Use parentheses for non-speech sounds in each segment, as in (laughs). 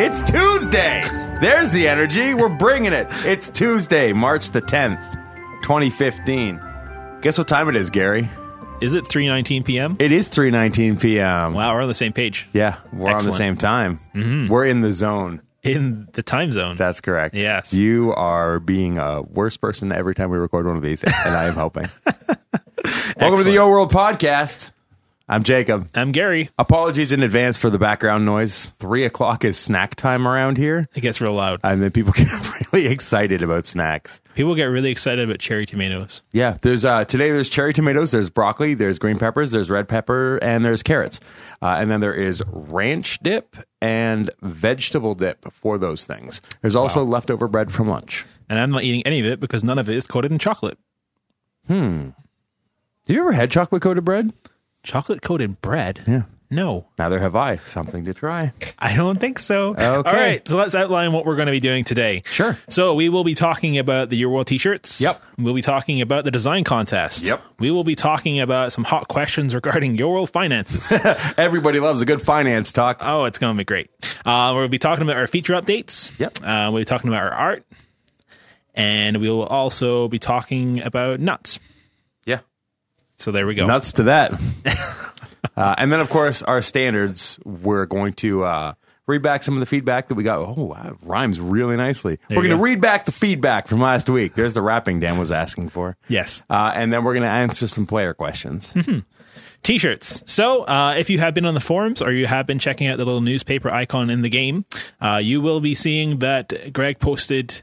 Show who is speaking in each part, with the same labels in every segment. Speaker 1: It's Tuesday. There's the energy. We're bringing it. It's Tuesday, March the 10th, 2015. Guess what time it is, Gary?
Speaker 2: Is it 3:19 p.m.?
Speaker 1: It is 3:19 p.m.
Speaker 2: Wow, we're on the same page.
Speaker 1: Yeah, we're on the
Speaker 2: Excellent.
Speaker 1: same time. We're in the zone.
Speaker 2: In the time zone.
Speaker 1: That's correct.
Speaker 2: Yes.
Speaker 1: You are being a worse person every time we record one of these, and I am (laughs) helping. Welcome to the
Speaker 2: Excellent.
Speaker 1: Yo World Podcast. I'm Jacob.
Speaker 2: I'm Gary.
Speaker 1: Apologies in advance for the background noise. Three o'clock is snack time around here,
Speaker 2: It gets real loud.
Speaker 1: and then people (laughs) get really excited about snacks.
Speaker 2: People get really excited about cherry tomatoes.
Speaker 1: Yeah, there's uh, today. There's cherry tomatoes. There's broccoli. There's green peppers. There's red pepper, and there's carrots. Uh, and then there is ranch dip and vegetable dip for those things. There's also leftover bread from lunch.
Speaker 2: And I'm not eating any of it because none of it is coated in chocolate.
Speaker 1: Have you ever had chocolate coated bread?
Speaker 2: Chocolate coated bread? Yeah. No,
Speaker 1: Neither have I. Something to try.
Speaker 2: I don't think so.
Speaker 1: Okay.
Speaker 2: All right, so let's outline what we're going to be doing today.
Speaker 1: Sure.
Speaker 2: So we will be talking about the Your World t-shirts.
Speaker 1: Yep.
Speaker 2: We'll be talking about the design contest.
Speaker 1: Yep.
Speaker 2: We will be talking about some hot questions regarding Your World finances. (laughs)
Speaker 1: Everybody loves a good finance talk.
Speaker 2: Oh, it's going to be great. Uh, we'll be talking about our feature updates.
Speaker 1: Yep.
Speaker 2: Uh, we'll be talking about our art. And we will also be talking about nuts.
Speaker 1: Yeah,
Speaker 2: So there we go.
Speaker 1: nuts to that. (laughs) uh, and then, of course, our standards. We're going to uh, read back some of the feedback that we got. Oh, wow, it rhymes really nicely. we're
Speaker 2: you
Speaker 1: going to
Speaker 2: go.
Speaker 1: read back the feedback from last week. There's the rapping Dan was asking for.
Speaker 2: Yes.
Speaker 1: Uh, and then we're going to answer some player questions.
Speaker 2: T shirts. So uh, if you have been on the forums or you have been checking out the little newspaper icon in the game, uh, you will be seeing that Greg posted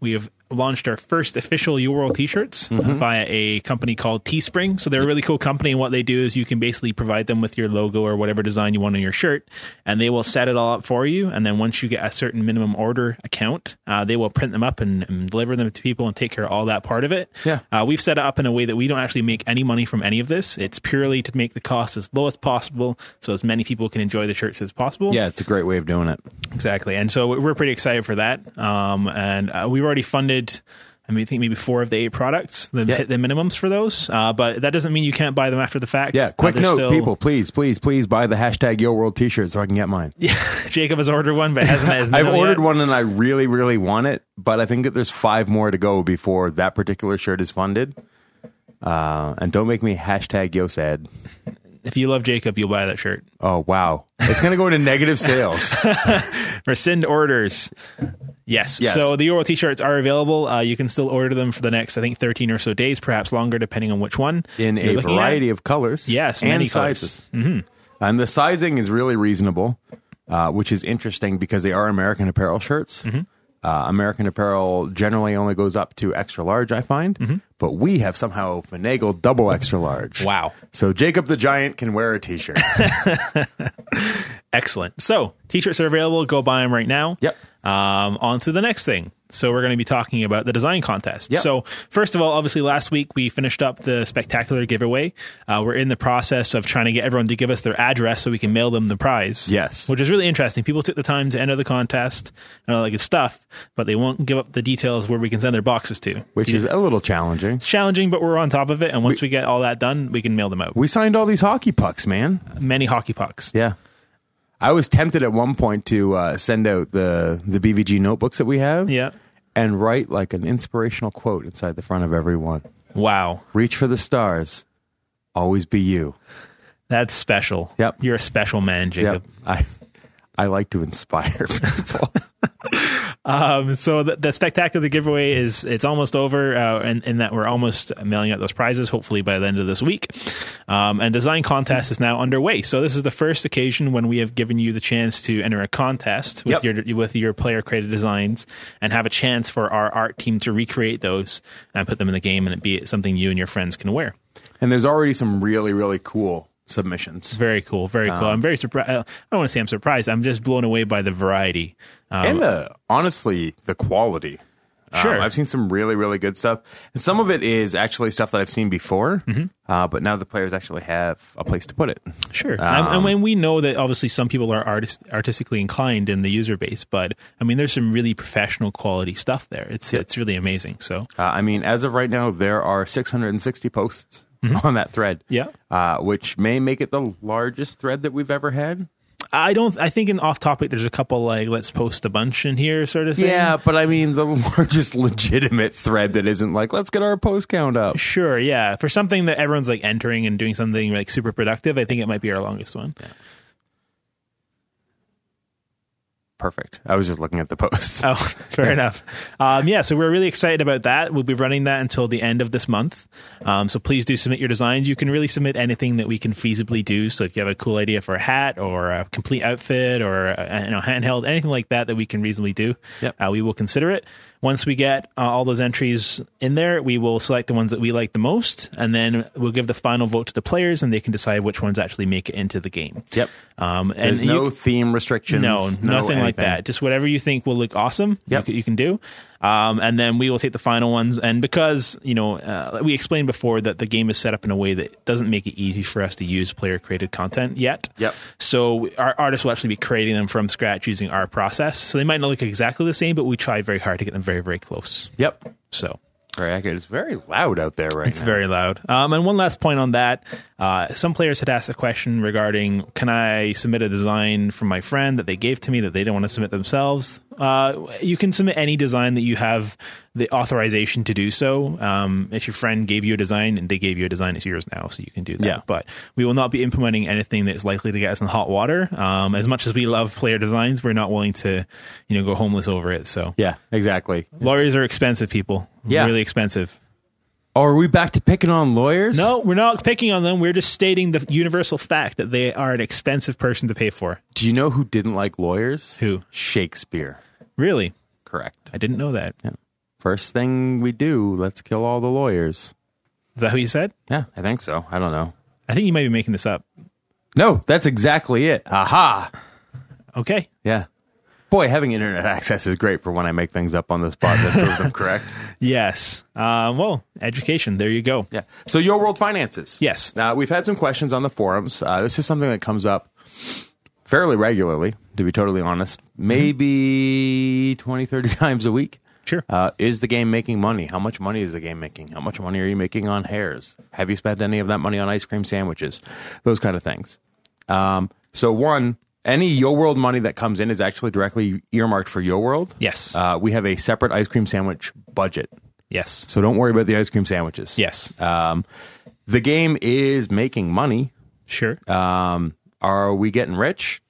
Speaker 2: we have launched our first official URL t-shirts uh, via a company called Teespring. So they're a really cool company. And what they do is you can basically provide them with your logo or whatever design you want on your shirt, and they will set it all up for you. And then once you get a certain minimum order account, uh, they will print them up and, and deliver them to people and take care of all that part of it.
Speaker 1: Yeah.
Speaker 2: Uh, we've set it up in a way that we don't actually make any money from any of this. It's purely to make the cost as low as possible so as many people can enjoy the shirts as
Speaker 1: (laughs)
Speaker 2: possible.
Speaker 1: Yeah, it's a great way of doing it.
Speaker 2: Exactly. And so we're pretty excited for that. Um, and uh, we've already funded, I mean, I think maybe four of the eight products, the,
Speaker 1: Yeah.
Speaker 2: the minimums for those. Uh, but that doesn't mean you can't buy them after the fact.
Speaker 1: Yeah,
Speaker 2: Uh,
Speaker 1: quick
Speaker 2: they're
Speaker 1: note,
Speaker 2: still- (laughs)
Speaker 1: people, please, please, please buy the hashtag Yo World T-shirt so I can get mine.
Speaker 2: Jacob has ordered one, but hasn't. hasn't
Speaker 1: (laughs) I've
Speaker 2: yet.
Speaker 1: ordered one and I really, really want it, but I think that there's five more to go before that particular shirt is funded. Uh, and don't make me hashtag yo sad.
Speaker 2: If you love Jacob, you'll buy that shirt.
Speaker 1: Oh wow, it's gonna go into negative sales.
Speaker 2: Rescind orders. Yes.
Speaker 1: Yes.
Speaker 2: So the Euro t-shirts are available. Uh, you can still order them for the next, I think, 13 or so days, perhaps longer, depending on which one.
Speaker 1: in
Speaker 2: (laughs) you're
Speaker 1: a
Speaker 2: looking at.
Speaker 1: variety of colors.
Speaker 2: Yes,
Speaker 1: and
Speaker 2: many colors. Mm-hmm.
Speaker 1: sizes. And the sizing is really reasonable, uh, which is interesting because they are American Apparel shirts.
Speaker 2: Mm-hmm.
Speaker 1: Uh, American Apparel generally only goes up to extra large, I find,
Speaker 2: Mm-hmm.
Speaker 1: but we have somehow finagled double extra large.
Speaker 2: Wow.
Speaker 1: So Jacob the Giant can wear a T-shirt. (laughs)
Speaker 2: Excellent. So t-shirts are available. Go buy them right now.
Speaker 1: Yep.
Speaker 2: Um, on to the next thing. So we're going to be talking about the design contest.
Speaker 1: Yep.
Speaker 2: So first of all, obviously last week we finished up the spectacular giveaway. Uh, we're in the process of trying to get everyone to give us their address so we can mail them the prize.
Speaker 1: Yes.
Speaker 2: Which is really interesting. People took the time to enter the contest and all that good stuff, but they won't give up the details where we can send their boxes to.
Speaker 1: which is a little challenging.
Speaker 2: It's challenging, but we're on top of it. And once we, get all that done, we can mail them out.
Speaker 1: We signed all these hockey pucks, man.
Speaker 2: Many hockey pucks.
Speaker 1: Yeah. I was tempted at one point to uh, send out the the BVG notebooks that we have,
Speaker 2: Yeah.
Speaker 1: and write like an inspirational quote inside the front of every one.
Speaker 2: Wow.
Speaker 1: Reach for the stars, always be you.
Speaker 2: That's special.
Speaker 1: Yep.
Speaker 2: You're a special man, Jacob.
Speaker 1: Yep. (laughs) I I like to inspire (laughs) people.
Speaker 2: Um, so the, the spectacular giveaway is it's almost over, uh, and in that we're almost mailing out those prizes. Hopefully by the end of this week, um, and design contest is now underway. So this is the first occasion when we have given you the chance to enter a contest with
Speaker 1: Yep.
Speaker 2: your with your player created designs and have a chance for our art team to recreate those and put them in the game and it be something you and your friends can wear.
Speaker 1: and there's already some really really cool submissions.
Speaker 2: Very cool, very cool.
Speaker 1: Ah.
Speaker 2: I'm very surprised. I don't want to say I'm surprised. I'm just blown away by the variety. Um,
Speaker 1: And the honestly, the quality. Um,
Speaker 2: Sure.
Speaker 1: I've seen some really really good stuff. And some of it is actually stuff that I've seen before. Uh, but now the players actually have a place to put it.
Speaker 2: Sure, and, and when we know that obviously some people are artist, artistically inclined in the user base, but I mean, there's some really professional quality stuff there. It's it's really amazing. So
Speaker 1: Uh, I mean, as of right now, there are 660 posts on that thread.
Speaker 2: Yeah.
Speaker 1: Uh, which may make it the largest thread that we've ever had.
Speaker 2: I don't. I think in off topic, there's a couple like let's post a bunch in here sort of thing.
Speaker 1: Yeah, but I mean the (laughs) largest legitimate thread that isn't like let's get our post count up.
Speaker 2: Sure, yeah. For something that everyone's like entering and doing something like super productive, I think it might be our longest one.
Speaker 1: Perfect. I was just looking at the posts.
Speaker 2: (laughs) Oh, fair enough. Um, yeah, so we're really excited about that. We'll be running that until the end of this month. Um, so please do submit your designs. You can really submit anything that we can feasibly do. So if you have a cool idea for a hat or a complete outfit or a, you know handheld, anything like that that we can reasonably do,
Speaker 1: Yep.
Speaker 2: uh, we will consider it. Once we get uh, all those entries in there, we will select the ones that we like the most, and then we'll give the final vote to the players, and they can decide which ones actually make it into the game.
Speaker 1: Yep.
Speaker 2: Um, and
Speaker 1: There's
Speaker 2: you
Speaker 1: no theme restrictions.
Speaker 2: no, nothing like
Speaker 1: anything.
Speaker 2: that. Just whatever you think will look awesome,
Speaker 1: Yep.
Speaker 2: you, c- you can do. Um, and then we will take the final ones. And because, you know, uh, we explained before that the game is set up in a way that doesn't make it easy for us to use player created content yet.
Speaker 1: Yep.
Speaker 2: So we- our artists will actually be creating them from scratch using our process. So they might not look exactly the same, but we tried very hard to get them very, very close.
Speaker 1: Yep.
Speaker 2: So
Speaker 1: Very accurate. It's very loud out there right
Speaker 2: it's
Speaker 1: now.
Speaker 2: very loud. Um, and one last point on that: uh, some players had asked a question regarding, "Can I submit a design from my friend that they gave to me that they didn't want to submit themselves?" Uh, you can submit any design that you have the authorization to do so. Um, if your friend gave you a design and they gave you a design, it's yours now, so you can do that.
Speaker 1: Yeah.
Speaker 2: But we will not be implementing anything that is likely to get us in hot water. Um, as much as we love player designs, we're not willing to, you know, go homeless over it. So
Speaker 1: yeah, exactly.
Speaker 2: lawyers are expensive people.
Speaker 1: Yeah.
Speaker 2: really expensive.
Speaker 1: Oh, are we back to picking on lawyers?
Speaker 2: No, we're not picking on them. We're just stating the universal fact that they are an expensive person to pay for.
Speaker 1: Do you know who didn't like lawyers?
Speaker 2: Who?
Speaker 1: Shakespeare.
Speaker 2: Really?
Speaker 1: Correct.
Speaker 2: I didn't know that. Is
Speaker 1: First thing we do, let's kill all the lawyers.
Speaker 2: that who you said?
Speaker 1: Yeah, I think so. I don't know.
Speaker 2: I think you might be making this up.
Speaker 1: No, that's exactly it. Aha.
Speaker 2: Okay.
Speaker 1: Yeah. Boy, having internet (laughs) access is great for when I make things up on the spot that prove (laughs) them correct.
Speaker 2: Yes. Uh, well, education. There you go.
Speaker 1: Yeah. So, your world finances.
Speaker 2: Yes.
Speaker 1: Uh, we've had some questions on the forums. Uh, this is something that comes up fairly regularly, to be totally honest, maybe twenty, thirty (laughs) 20, 30 times a week.
Speaker 2: Sure.
Speaker 1: Uh, is the game making money? How much money is the game making? How much money are you making on hairs? Have you spent any of that money on ice cream sandwiches? Those kind of things. Um, so, one, any Yo World money that comes in is actually directly earmarked for Yo World.
Speaker 2: Yes.
Speaker 1: Uh, we have a separate ice cream sandwich budget.
Speaker 2: yes.
Speaker 1: So don't worry about the ice cream sandwiches.
Speaker 2: Yes.
Speaker 1: Um, the game is making money.
Speaker 2: Sure.
Speaker 1: Um, are we getting rich?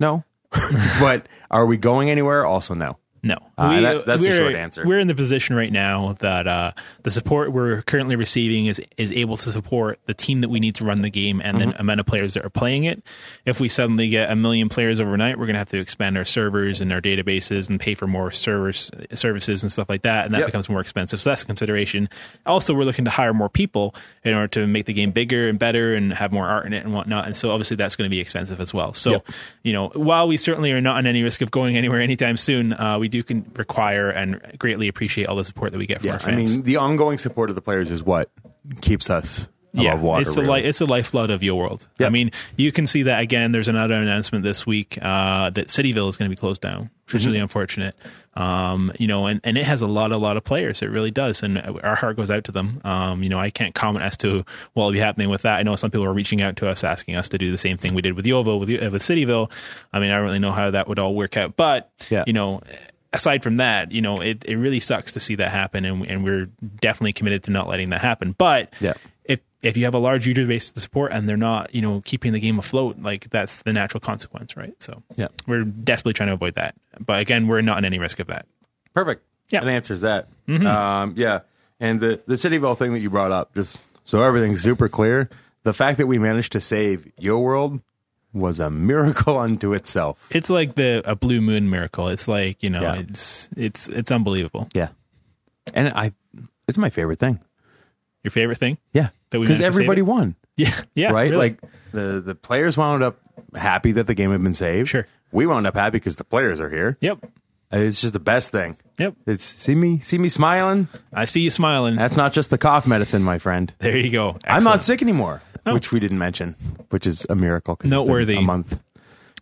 Speaker 1: No. (laughs) but are we going anywhere? Also, no.
Speaker 2: No,
Speaker 1: Uh, that- that's the
Speaker 2: we're-
Speaker 1: short answer.
Speaker 2: We're in the position right now that uh, the support we're currently receiving is is able to support the team that we need to run the game and the amount of players that are playing it. If we suddenly get a million players overnight, we're going to have to expand our servers and our databases and pay for more servers services and stuff like that, and that
Speaker 1: Yep.
Speaker 2: becomes more expensive. So that's a consideration. Also, we're looking to hire more people in order to make the game bigger and better and have more art in it and whatnot. And so obviously that's going to be expensive as well. So
Speaker 1: Yep.
Speaker 2: you know, while we certainly are not on any risk of going anywhere anytime soon, uh, we do can require and greatly appreciate all the support that we get from our
Speaker 1: I
Speaker 2: fans.
Speaker 1: mean, the ongoing support of the players is what keeps us above
Speaker 2: yeah,
Speaker 1: water.
Speaker 2: it's the
Speaker 1: really.
Speaker 2: li- it's the lifeblood of your world. I
Speaker 1: Yep.
Speaker 2: mean, you can see that again. There's another announcement this week uh, that Cityville is going to be closed down, which
Speaker 1: Mm-hmm.
Speaker 2: is really unfortunate. Um, you know, and, and it has a lot, a lot of players. It really does, and our heart goes out to them. Um, you know, I can't comment as to what will be happening with that. I know some people are reaching out to us asking us to do the same thing we did with Yovo with uh, with Cityville. I mean, I don't really know how that would all work out, but
Speaker 1: Yeah.
Speaker 2: you know. Aside from that, you know, it, it really sucks to see that happen, and, and we're definitely committed to not letting that happen. But
Speaker 1: Yeah.
Speaker 2: if if you have a large user base to support and they're not, you know, keeping the game afloat, like that's the natural consequence, right? So
Speaker 1: Yeah.
Speaker 2: we're desperately trying to avoid that. But again, we're not in any risk of that.
Speaker 1: Perfect.
Speaker 2: Yeah. Mm-hmm.
Speaker 1: That answers that. Um, yeah. And the, the Cityville thing that you brought up, just so everything's super clear, the fact that we managed to save Yo World was a miracle (laughs) unto itself.
Speaker 2: It's like the a blue moon miracle. It's like, you know,
Speaker 1: Yeah.
Speaker 2: it's it's it's unbelievable.
Speaker 1: Yeah. And I, it's my favorite thing.
Speaker 2: Your favorite thing? (laughs)
Speaker 1: Yeah.
Speaker 2: That we
Speaker 1: Because
Speaker 2: managed to save
Speaker 1: everybody
Speaker 2: it?
Speaker 1: won.
Speaker 2: Yeah. Yeah.
Speaker 1: right?
Speaker 2: really.
Speaker 1: Like the the players wound up happy that the game had been saved.
Speaker 2: Sure.
Speaker 1: we wound up happy because the players are here. Uh,
Speaker 2: Yep.
Speaker 1: It's just the best thing.
Speaker 2: Yep.
Speaker 1: It's see me, see me smiling.
Speaker 2: I see you smiling.
Speaker 1: That's not just the cough medicine, my friend.
Speaker 2: there you go.
Speaker 1: I'm
Speaker 2: Excellent.
Speaker 1: not sick anymore, which we didn't mention, which is a miracle. 'cause it's been
Speaker 2: Noteworthy.
Speaker 1: a month.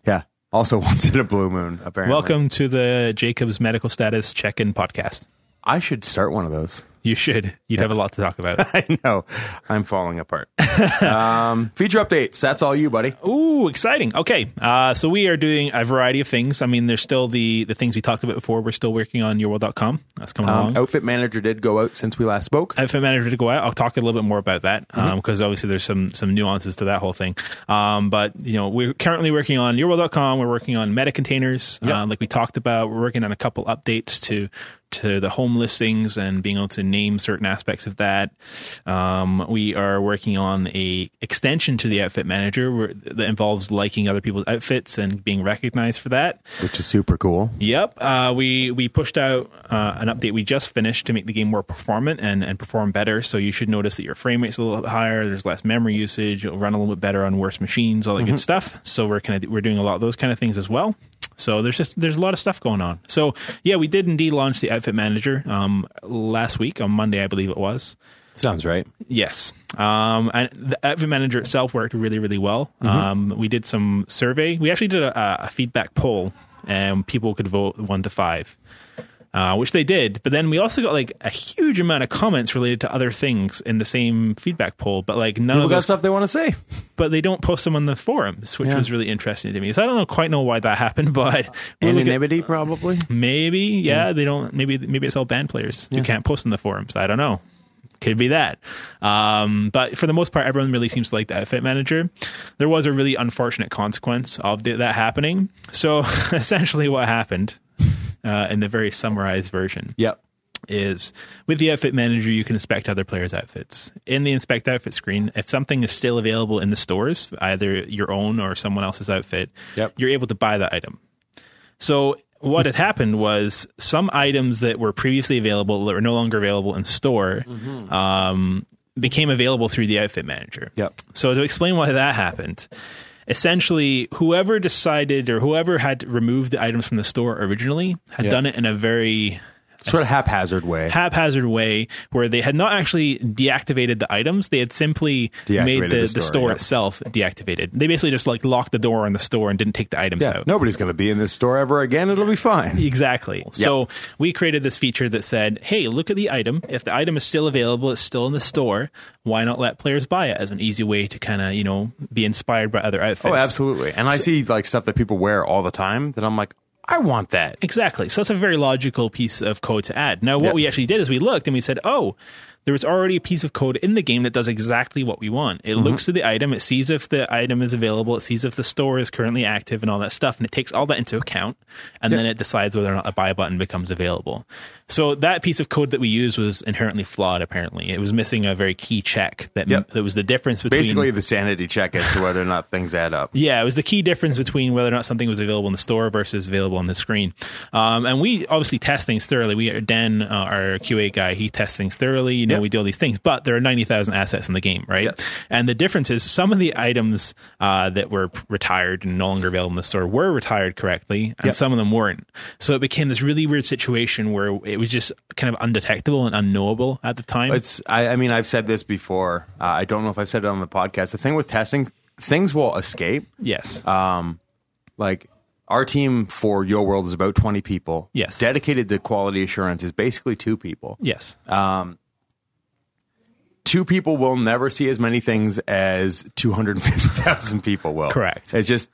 Speaker 1: Yeah. Also, (laughs) once in a blue moon. Apparently,
Speaker 2: Welcome to the Jacob's medical status check-in podcast.
Speaker 1: I should start one of those. (laughs)
Speaker 2: You should. You'd have a lot to talk about.
Speaker 1: I know. I'm falling apart. (laughs) um, feature updates. That's all you, buddy.
Speaker 2: Ooh, exciting. Okay. Uh, so we are doing a variety of things. I mean, there's still the the things we talked about before. We're still working on yourworld.com. That's coming along.
Speaker 1: Um, outfit manager did go out since we last spoke.
Speaker 2: Outfit manager to go out. I'll talk a little bit more about that because obviously there's some some nuances to that whole thing. Um, but you know, we're currently working on yourworld.com. We're working on meta containers, uh, like we talked about. We're working on a couple updates to to the home listings and being able to name certain aspects of that. Um, we are working on a extension to the outfit manager where, that involves liking other people's outfits and being recognized for that.
Speaker 1: Which is super cool.
Speaker 2: Yep. Uh, we we pushed out uh, an update we just finished to make the game more performant and, and perform better. So you should notice that your frame rate's a little bit higher. There's less memory usage. It'll run a little bit better on worse machines. All that good stuff. So we're kind of we're doing a lot of those kind of things as well. So there's just there's a lot of stuff going on. So yeah, we did indeed launch the Outfit Manager um, last week on Monday, I believe it was.
Speaker 1: Sounds right.
Speaker 2: Yes. Um, and the Outfit Manager itself worked really, really well.
Speaker 1: Mm-hmm.
Speaker 2: Um, we did some survey. We actually did a, a feedback poll, and people could vote one to five, uh, which they did. But then we also got like a huge amount of comments related to other things in the same feedback poll. But like none
Speaker 1: People
Speaker 2: of
Speaker 1: got
Speaker 2: those,
Speaker 1: stuff they want to say.
Speaker 2: but they don't post them on the forums, which
Speaker 1: Yeah.
Speaker 2: was really interesting to me. So I don't know quite know why that happened, (laughs) but we'll look at-
Speaker 1: Anonymity, probably.
Speaker 2: Maybe, yeah, they don't. Maybe, maybe it's all band players. You can't post in the forums. I don't know. Could be that. Um, but for the most part, everyone really seems to like the outfit manager. There was a really unfortunate consequence of th- that happening. So (laughs) essentially, what happened uh, in the very summarized version
Speaker 1: Yep.
Speaker 2: is with the outfit manager, you can inspect other players' outfits. In the inspect outfit screen, if something is still available in the stores, either your own or someone else's outfit,
Speaker 1: Yep.
Speaker 2: you're able to buy that item. So what had happened was some items that were previously available that were no longer available in store
Speaker 1: Mm-hmm.
Speaker 2: um, became available through the outfit manager.
Speaker 1: Yep.
Speaker 2: So to explain why that happened, essentially whoever decided or whoever had removed the items from the store originally had
Speaker 1: Yeah.
Speaker 2: done it in a very
Speaker 1: Sort of haphazard way.
Speaker 2: haphazard way where they had not actually deactivated the items. They had simply made
Speaker 1: Deactivated
Speaker 2: the, the
Speaker 1: the
Speaker 2: store,
Speaker 1: store, yeah.
Speaker 2: itself deactivated. They basically just like locked the door on the store and didn't take the items
Speaker 1: Yeah.
Speaker 2: out.
Speaker 1: Nobody's going to be in this store ever again. It'll be fine.
Speaker 2: Exactly. So we created this feature that said, hey, look at the item. If the item is still available, it's still in the store, why not let players buy it as an easy way to kind of, you know, be inspired by other outfits?
Speaker 1: Oh, absolutely. And I see like stuff that people wear all the time that I'm like, I want that.
Speaker 2: Exactly. So that's a very logical piece of code to add. Now, what
Speaker 1: Yeah.
Speaker 2: we actually did is we looked and we said, oh, there was already a piece of code in the game that does exactly what we want.
Speaker 1: Mm-hmm.
Speaker 2: It looks to the item, it sees if the item is available, it sees if the store is currently active and all that stuff, and it takes all that into account, and then it decides whether or not a buy button becomes available. So that piece of code that we used was inherently flawed, apparently. It was missing a very key check that,
Speaker 1: Yep.
Speaker 2: that was the difference between.
Speaker 1: Basically, the sanity check as to whether or not things add up.
Speaker 2: Yeah, it was the key difference between whether or not something was available in the store versus available on the screen. Um, and we obviously test things thoroughly. We Dan, uh, our QA guy, he tests things thoroughly. You know,
Speaker 1: Yep.
Speaker 2: we do all these things, but there are ninety thousand assets in the game, right?
Speaker 1: Yes.
Speaker 2: And the difference is some of the items uh, that were p- retired and no longer available in the store were retired correctly, and some of them weren't. So it became this really weird situation where it was just kind of undetectable and unknowable at the
Speaker 1: (laughs)
Speaker 2: time.
Speaker 1: It's. I, I mean, I've said this before. Uh, I don't know if I've said it on the podcast. The thing with testing, things will escape.
Speaker 2: yes.
Speaker 1: Uh, Like our team for Your World is about twenty people.
Speaker 2: Yes.
Speaker 1: Dedicated to quality assurance is basically two people.
Speaker 2: yes.
Speaker 1: Two people will never see as many things as two hundred fifty thousand people will.
Speaker 2: Correct.
Speaker 1: It's just.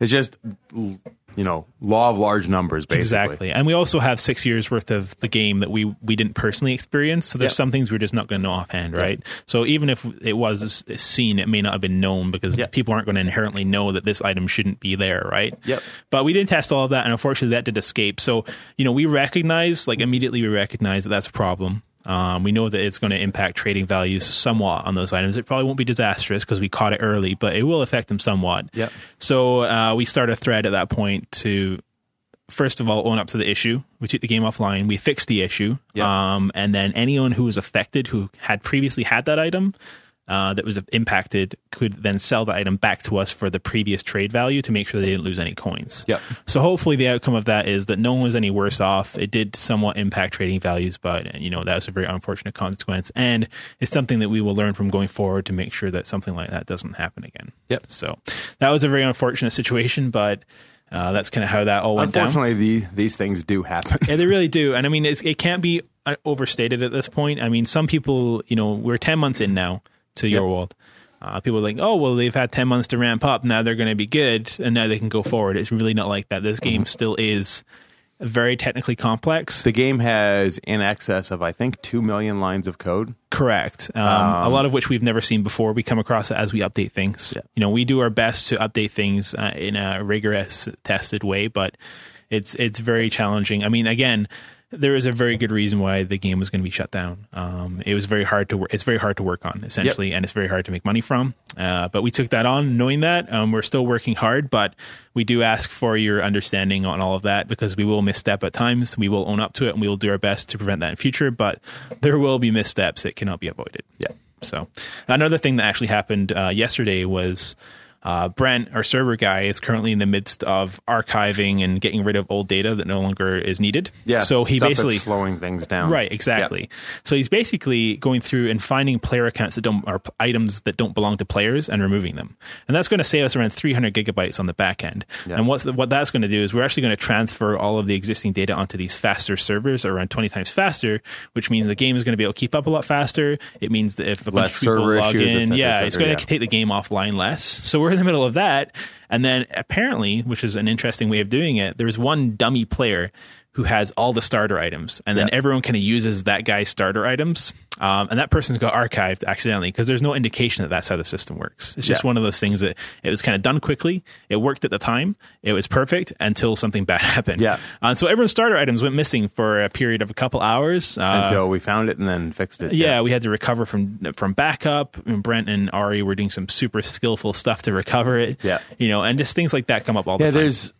Speaker 1: It's just. l- You know, law of large numbers, basically.
Speaker 2: Exactly. And we also have six years worth of the game that we, we didn't personally experience. So there's
Speaker 1: Yep.
Speaker 2: some things we're just not going to know offhand, right? So even if it was seen, it may not have been known because
Speaker 1: Yep.
Speaker 2: people aren't going to inherently know that this item shouldn't be there, right?
Speaker 1: Yep.
Speaker 2: But we didn't test all of that. And unfortunately, that did escape. So, you know, we recognize, like, immediately we recognize that that's a problem. Um, we know that it's going to impact trading values somewhat on those items. It probably won't be disastrous because we caught it early, but it will affect them somewhat.
Speaker 1: Yep.
Speaker 2: So uh, we start a thread at that point to first of all own up to the issue. We took the game offline. We fixed the issue.
Speaker 1: Yeah.
Speaker 2: Um, and then anyone who was affected, who had previously had that item uh, that was impacted, could then sell the item back to us for the previous trade value to make sure they didn't lose any coins.
Speaker 1: Yep.
Speaker 2: So hopefully the outcome of that is that no one was any worse off. It did somewhat impact trading values, but you know that was a very unfortunate consequence, and it's something that we will learn from going forward to make sure that something like that doesn't happen again.
Speaker 1: Yep.
Speaker 2: So that was a very unfortunate situation, but. Uh, that's kind of how that all went down.
Speaker 1: Unfortunately, the, these things do happen. (laughs)
Speaker 2: Yeah, they really do. And I mean, it's, it can't be uh, overstated at this point. I mean, some people, you know, we're 10 months in now to your world. Uh, people are like, oh, well, they've had 10 months to ramp up. Now they're going to be good and now they can go forward. It's really not like that. This game still is very technically complex.
Speaker 1: The game has in excess of I think two million lines of code.
Speaker 2: Correct. Um, a lot of which we've never seen before. We come across it as we update things. You know, we do our best to update things uh, in a rigorous, tested way, but it's it's very challenging. I mean, again, there is a very good reason why the game was going to be shut down. Um, it was very hard to work. It's very hard to work on essentially, and it's very hard to make money from. Uh, but we took that on, knowing that um, we're still working hard, but we do ask for your understanding on all of that because we will misstep at times. We will own up to it, and we will do our best to prevent that in future. But there will be missteps that cannot be avoided.
Speaker 1: Yeah.
Speaker 2: So another thing that actually happened uh, yesterday was uh, Brent, our server guy, is currently in the midst of archiving and getting rid of old data that no longer is needed. So he
Speaker 1: stuff that's
Speaker 2: basically
Speaker 1: slowing things down.
Speaker 2: Right, exactly. So he's basically going through and finding player accounts that don't or items that don't belong to players and removing them, and that's going to save us around 300 gigabytes on the back end. And what's what that's going to do is we're actually going to transfer all of the existing data onto these faster servers, around 20 times faster, which means the game is going to be able to keep up a lot faster. It means that if a bunch
Speaker 1: Less
Speaker 2: of people
Speaker 1: server
Speaker 2: log
Speaker 1: issues, et
Speaker 2: in,
Speaker 1: cetera, et
Speaker 2: yeah,
Speaker 1: cetera,
Speaker 2: it's going
Speaker 1: yeah.
Speaker 2: to take the game offline less. So we're in the middle of that. And then apparently, which is an interesting way of doing it, there's one dummy player who has all the starter items. And then everyone kind of uses that guy's starter items. Um, and that person's got archived accidentally because there's no indication that that's how the system works. It's just
Speaker 1: Yeah.
Speaker 2: one of those things that it was kind of done quickly. It worked at the time. It was perfect until something (laughs) bad happened.
Speaker 1: Yeah.
Speaker 2: Uh, so everyone's starter items went missing for a period of a couple hours. Uh,
Speaker 1: Until we found it and then fixed it.
Speaker 2: yeah, we had to recover from from backup. And Brent and Ari were doing some super skillful stuff to recover it.
Speaker 1: Yeah.
Speaker 2: you know, and just things like that come up all
Speaker 1: Yeah,
Speaker 2: the time.
Speaker 1: there's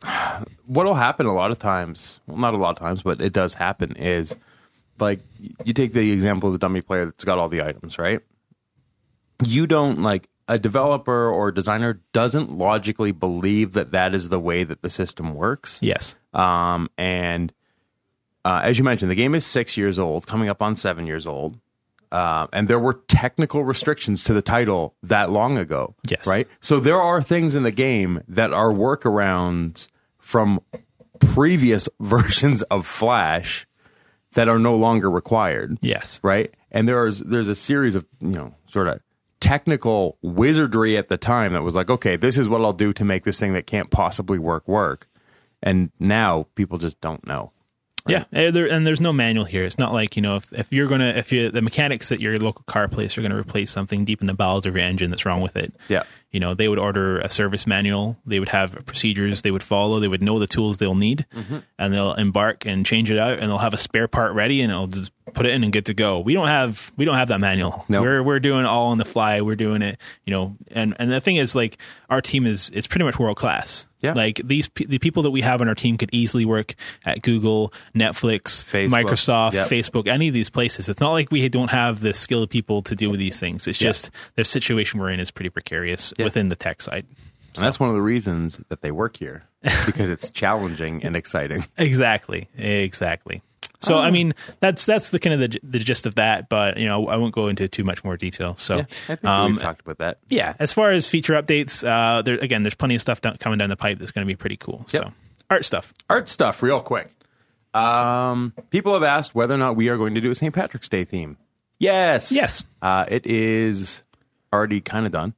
Speaker 1: what'll happen a lot of times. Well, not a lot of times, but it does happen. Is like you take the example of the dummy player that's got all the items, right? You don't like a developer or designer doesn't logically believe that that is the way that the system works.
Speaker 2: Yes,
Speaker 1: Um, and uh, as you mentioned, the game is six years old, coming up on seven years old. Uh, and there were technical restrictions to the title that long ago.
Speaker 2: Yes.
Speaker 1: Right? So there are things in the game that are workarounds from previous (laughs) versions of Flash that are no longer required
Speaker 2: yes,
Speaker 1: right? And there's there's a series of you know sort of technical wizardry at the time that was like, okay, this is what I'll do to make this thing that can't possibly work work, and now people just don't know.
Speaker 2: yeah. And, there, and there's no manual here. It's not like you know if, if you're gonna if you the mechanics at your local car place are gonna replace something deep in the bowels of your engine that's wrong with it.
Speaker 1: Yeah.
Speaker 2: you know they would order a service manual. They would have procedures they would follow. They would know the tools they'll need,
Speaker 1: Mm-hmm.
Speaker 2: and they'll embark and change it out, and they'll have a spare part ready, and it'll just put it in and good to go. We don't have we don't have that manual.
Speaker 1: No.
Speaker 2: We're we're doing all on the fly. We're doing it, you know. And and the thing is, like, our team is it's pretty much world class.
Speaker 1: Yeah.
Speaker 2: Like these pe- the people that we have on our team could easily work at Google, Netflix,
Speaker 1: Facebook.
Speaker 2: Microsoft,
Speaker 1: Yep.
Speaker 2: Facebook, any of these places. It's not like we don't have the skilled people to deal with these things. It's just the situation we're in is pretty precarious within the tech side.
Speaker 1: And that's one of the reasons that they work here because it's challenging and exciting.
Speaker 2: Exactly. Exactly. So
Speaker 1: Um,
Speaker 2: I mean that's that's the kind of the, the gist of that, but you know I won't go into too much more detail. So
Speaker 1: (laughs)
Speaker 2: um,
Speaker 1: I think we've talked about that.
Speaker 2: yeah, as far as feature updates, uh, there again, there's plenty of stuff down, coming down the pipe that's going to be pretty cool. So art stuff.
Speaker 1: Art stuff, real quick. Um, people have asked whether or not we are going to do a St. Patrick's Day theme. Yes.
Speaker 2: Yes.
Speaker 1: Uh, it is already kind of done.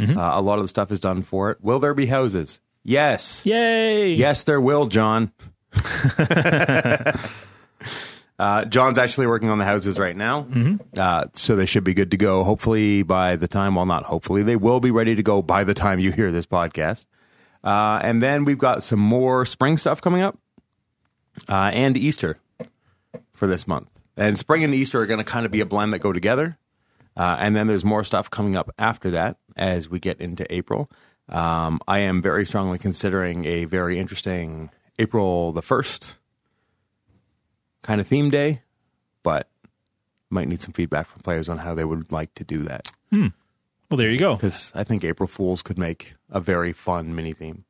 Speaker 1: Uh, a lot of the stuff is done for it. Will there be houses? Yes.
Speaker 2: Yay!
Speaker 1: Yes, there will, John. (laughs) uh, John's actually working on the houses right now. Uh, so they should be good to go. Hopefully, by the time, well, not hopefully, they will be ready to go by the time you hear this podcast. Uh, and then we've got some more spring stuff coming up uh, and Easter for this month. And spring and Easter are going to kind of be a blend that go together. Uh, and then there's more stuff coming up after that as we get into April. Um, I am very strongly considering a very interesting April the 1st kind of theme day, but might need some feedback from players on how they would like to do that.
Speaker 2: Well, there you go.
Speaker 1: Because I think April Fools could make a very fun mini theme.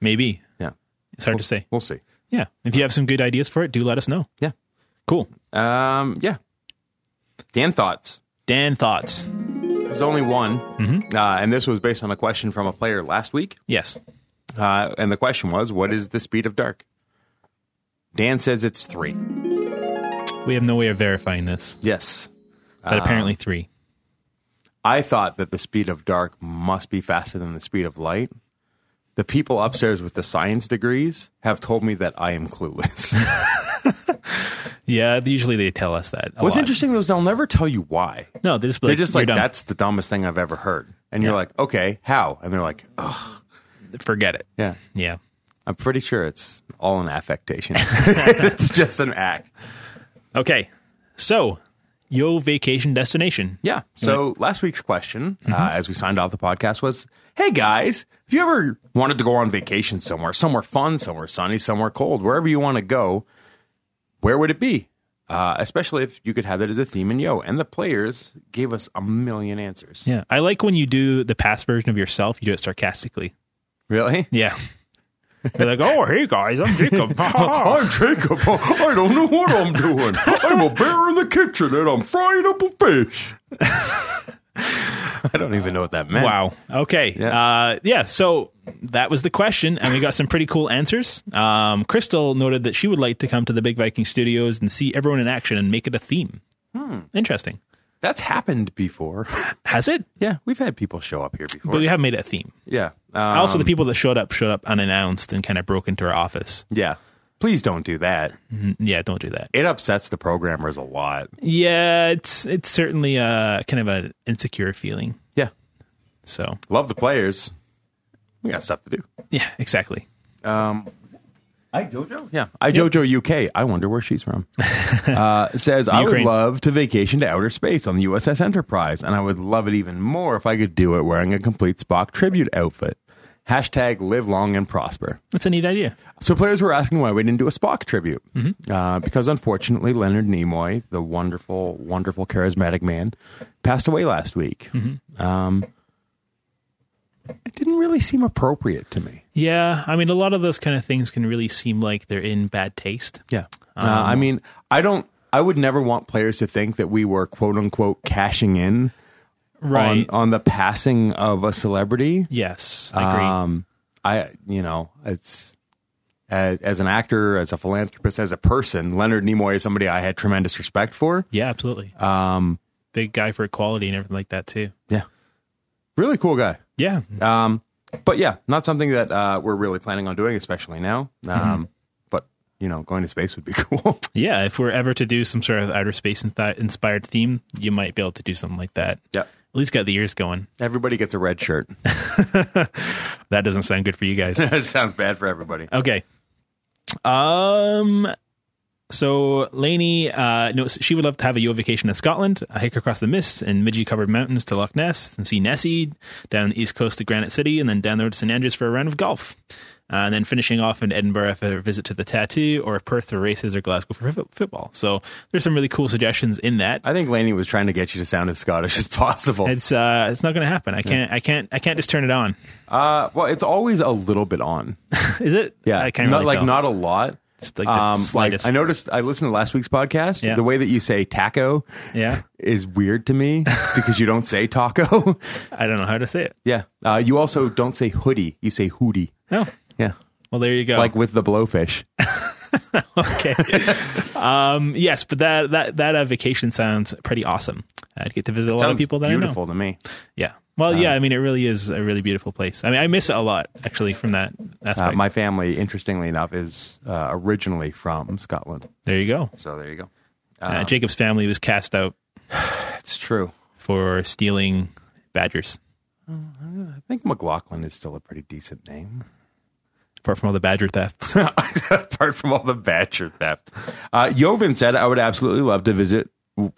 Speaker 2: Maybe
Speaker 1: Yeah.
Speaker 2: it's hard to say.
Speaker 1: We'll see.
Speaker 2: Yeah, if you have some good ideas for it, do let us know.
Speaker 1: Yeah.
Speaker 2: Cool.
Speaker 1: Um, yeah. Dan, thoughts?
Speaker 2: Dan, thoughts?
Speaker 1: There's only one. Uh, and this was based on a question from a player last week.
Speaker 2: Yes.
Speaker 1: Uh, and the question was, what is the speed of dark? Dan says it's three.
Speaker 2: We have no way of verifying this,
Speaker 1: Yes.
Speaker 2: but apparently three.
Speaker 1: I thought that the speed of dark must be faster than the speed of light. The people upstairs with the science degrees have told me that I am clueless.
Speaker 2: Yeah, usually they tell us that.
Speaker 1: (laughs)
Speaker 2: a
Speaker 1: What's
Speaker 2: lot.
Speaker 1: interesting though is they'll never tell you why.
Speaker 2: No, they're just like,
Speaker 1: They're just like,
Speaker 2: "You're dumb.
Speaker 1: that's the dumbest thing I've ever heard. And you're like, okay, how? And they're like, oh,
Speaker 2: forget it.
Speaker 1: yeah.
Speaker 2: Yeah.
Speaker 1: I'm pretty sure it's all an (laughs) affectation. it's just an act.
Speaker 2: Okay. So, your vacation destination.
Speaker 1: Yeah. So last week's question, uh,
Speaker 2: Mm-hmm.
Speaker 1: as we signed off the podcast, was Hey guys, if you ever wanted to go on vacation somewhere, somewhere fun, somewhere sunny, somewhere cold, wherever you want to go, where would it be? Uh, especially if you could have that as a theme in Yo. And the players gave us a million answers.
Speaker 2: Yeah. I like when you do the past version of yourself, you do it sarcastically.
Speaker 1: Really?
Speaker 2: Yeah. They're like, oh, hey guys, I'm (laughs) Jacob.
Speaker 1: I'm Jacob. I don't know what I'm doing. I'm a bear in the kitchen and I'm frying up a
Speaker 2: (laughs)
Speaker 1: fish. I don't even know what that meant.
Speaker 2: wow. Okay. Yeah. Uh, yeah. So that was the question, and we got some pretty cool answers. Um, Crystal noted that she would like to come to the Big Viking Studios and see everyone in action and make it a theme. Hmm. Interesting.
Speaker 1: That's happened before.
Speaker 2: Has it?
Speaker 1: yeah, we've had people show up here before.
Speaker 2: But we have made it a theme.
Speaker 1: yeah. Um,
Speaker 2: also, the people that showed up showed up unannounced and kind of broke into our office.
Speaker 1: yeah. Please don't do that.
Speaker 2: N- Yeah, don't do that.
Speaker 1: It upsets the programmers a lot.
Speaker 2: Yeah, it's it's certainly uh kind of an insecure feeling.
Speaker 1: Yeah.
Speaker 2: So
Speaker 1: Love the players. We got stuff to do.
Speaker 2: yeah, exactly.
Speaker 1: I Jojo? Yeah. I Jojo UK. I wonder where she's (laughs) from. uh, says, I would
Speaker 2: Ukraine.
Speaker 1: love to vacation to outer space on the USS Enterprise, and I would love it even more if I could do it wearing a complete Spock tribute outfit. Hashtag live long and prosper.
Speaker 2: That's a neat idea.
Speaker 1: So players were asking why we didn't do a Spock tribute, uh, because unfortunately Leonard Nimoy, the wonderful, wonderful, charismatic man, passed away last week. Um, it didn't really seem appropriate to me.
Speaker 2: Yeah, I mean, a lot of those kind of things can really seem like they're in bad taste.
Speaker 1: Yeah, uh, I mean, I don't. I would never want players to think that we were quote unquote cashing in
Speaker 2: Right.
Speaker 1: on on the passing of a celebrity.
Speaker 2: yes, I agree.
Speaker 1: Um, I you know it's as, as an actor, as a philanthropist, as a person, Leonard Nimoy is somebody I had tremendous respect for.
Speaker 2: yeah, absolutely.
Speaker 1: Um,
Speaker 2: Big guy for equality and everything like that too.
Speaker 1: yeah, really cool guy.
Speaker 2: Yeah,
Speaker 1: Um, but yeah, not something that uh, we're really planning on doing, especially now. Um, But you know, going to space would be (laughs) cool.
Speaker 2: yeah. If we're ever to do some sort of outer space in- inspired theme, you might be able to do something like that.
Speaker 1: yeah,
Speaker 2: At least got the ears going.
Speaker 1: everybody gets a red shirt.
Speaker 2: That doesn't sound good for you
Speaker 1: (laughs)
Speaker 2: guys.
Speaker 1: that sounds bad for everybody.
Speaker 2: Okay. Um. So Lainey uh, notes she would love to have a Yo vacation in Scotland, a hike across the mist and midgey covered mountains to Loch Ness, and see Nessie down the east coast to Granite City, and then down the road to St Andrews for a round of golf, Uh, and then finishing off in Edinburgh for a visit to the Tattoo, or Perth for races, or Glasgow for fo- football. So there's some really cool suggestions in that.
Speaker 1: I think Laney was trying to get you to sound as Scottish as possible.
Speaker 2: It's uh, it's not going to happen. I can't, I can't, I can't just turn it on. (laughs)
Speaker 1: Uh, well, it's always a little bit on.
Speaker 2: Is it?
Speaker 1: (laughs) Yeah,
Speaker 2: I can't
Speaker 1: not
Speaker 2: really
Speaker 1: like
Speaker 2: tell.
Speaker 1: not a lot.
Speaker 2: It's like the
Speaker 1: Um, like
Speaker 2: slightest.
Speaker 1: I noticed, I listened to last week's podcast.
Speaker 2: Yeah.
Speaker 1: The way that you say taco
Speaker 2: yeah,
Speaker 1: is weird to me
Speaker 2: (laughs)
Speaker 1: because you don't say taco. (laughs)
Speaker 2: I don't know how to say it.
Speaker 1: yeah, uh, you also don't say hoodie. You say hoodie.
Speaker 2: No.
Speaker 1: Yeah,
Speaker 2: Well, there you go.
Speaker 1: like with the blowfish.
Speaker 2: okay. um, yes, but that that that uh, vacation sounds pretty awesome. I'd get to visit a lot of
Speaker 1: Sounds
Speaker 2: people that
Speaker 1: beautiful Uh, to me.
Speaker 2: I know. Yeah. Well, yeah. I mean, it really is a really beautiful place. I mean, I miss it a lot actually from that
Speaker 1: Uh,
Speaker 2: aspect.
Speaker 1: my family, interestingly enough, is uh, originally from Scotland.
Speaker 2: there you go.
Speaker 1: So there you go.
Speaker 2: Uh, Jacob's family was cast out
Speaker 1: That's true.
Speaker 2: for stealing badgers.
Speaker 1: I think McLaughlin is still a pretty decent name.
Speaker 2: Apart from all the badger thefts, (laughs)
Speaker 1: (laughs) apart from all the badger theft. Uh, Jovan said, I would absolutely love to visit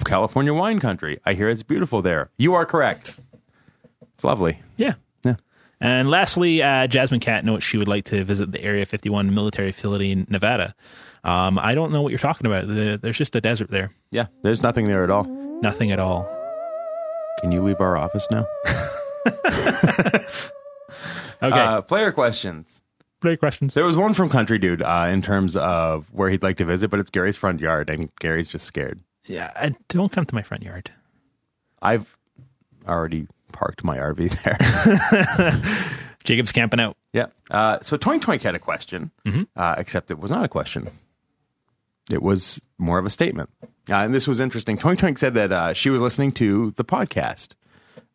Speaker 1: California wine country. I hear it's beautiful there. You are correct. It's lovely.
Speaker 2: yeah.
Speaker 1: Yeah.
Speaker 2: And lastly, uh, Jasmine Cat notes she would like to visit the Area 51 military facility in Nevada. Um, I don't know what you're talking about. The, there's just a desert there,
Speaker 1: Yeah. There's nothing there at all.
Speaker 2: nothing at all.
Speaker 1: Can you leave our office now?
Speaker 2: Okay,
Speaker 1: Uh, player questions.
Speaker 2: great questions.
Speaker 1: There was one from Country Dude uh, in terms of where he'd like to visit, but it's Gary's front yard, and Gary's just scared.
Speaker 2: Yeah, I don't come to my front yard.
Speaker 1: I've already parked my RV (laughs) there.
Speaker 2: Jacob's camping out.
Speaker 1: yeah. Uh, so Toink Toink had a question, uh, except it was not a question. it was more of a statement. Uh, and this was interesting. Toink Toink said that uh, she was listening to the podcast,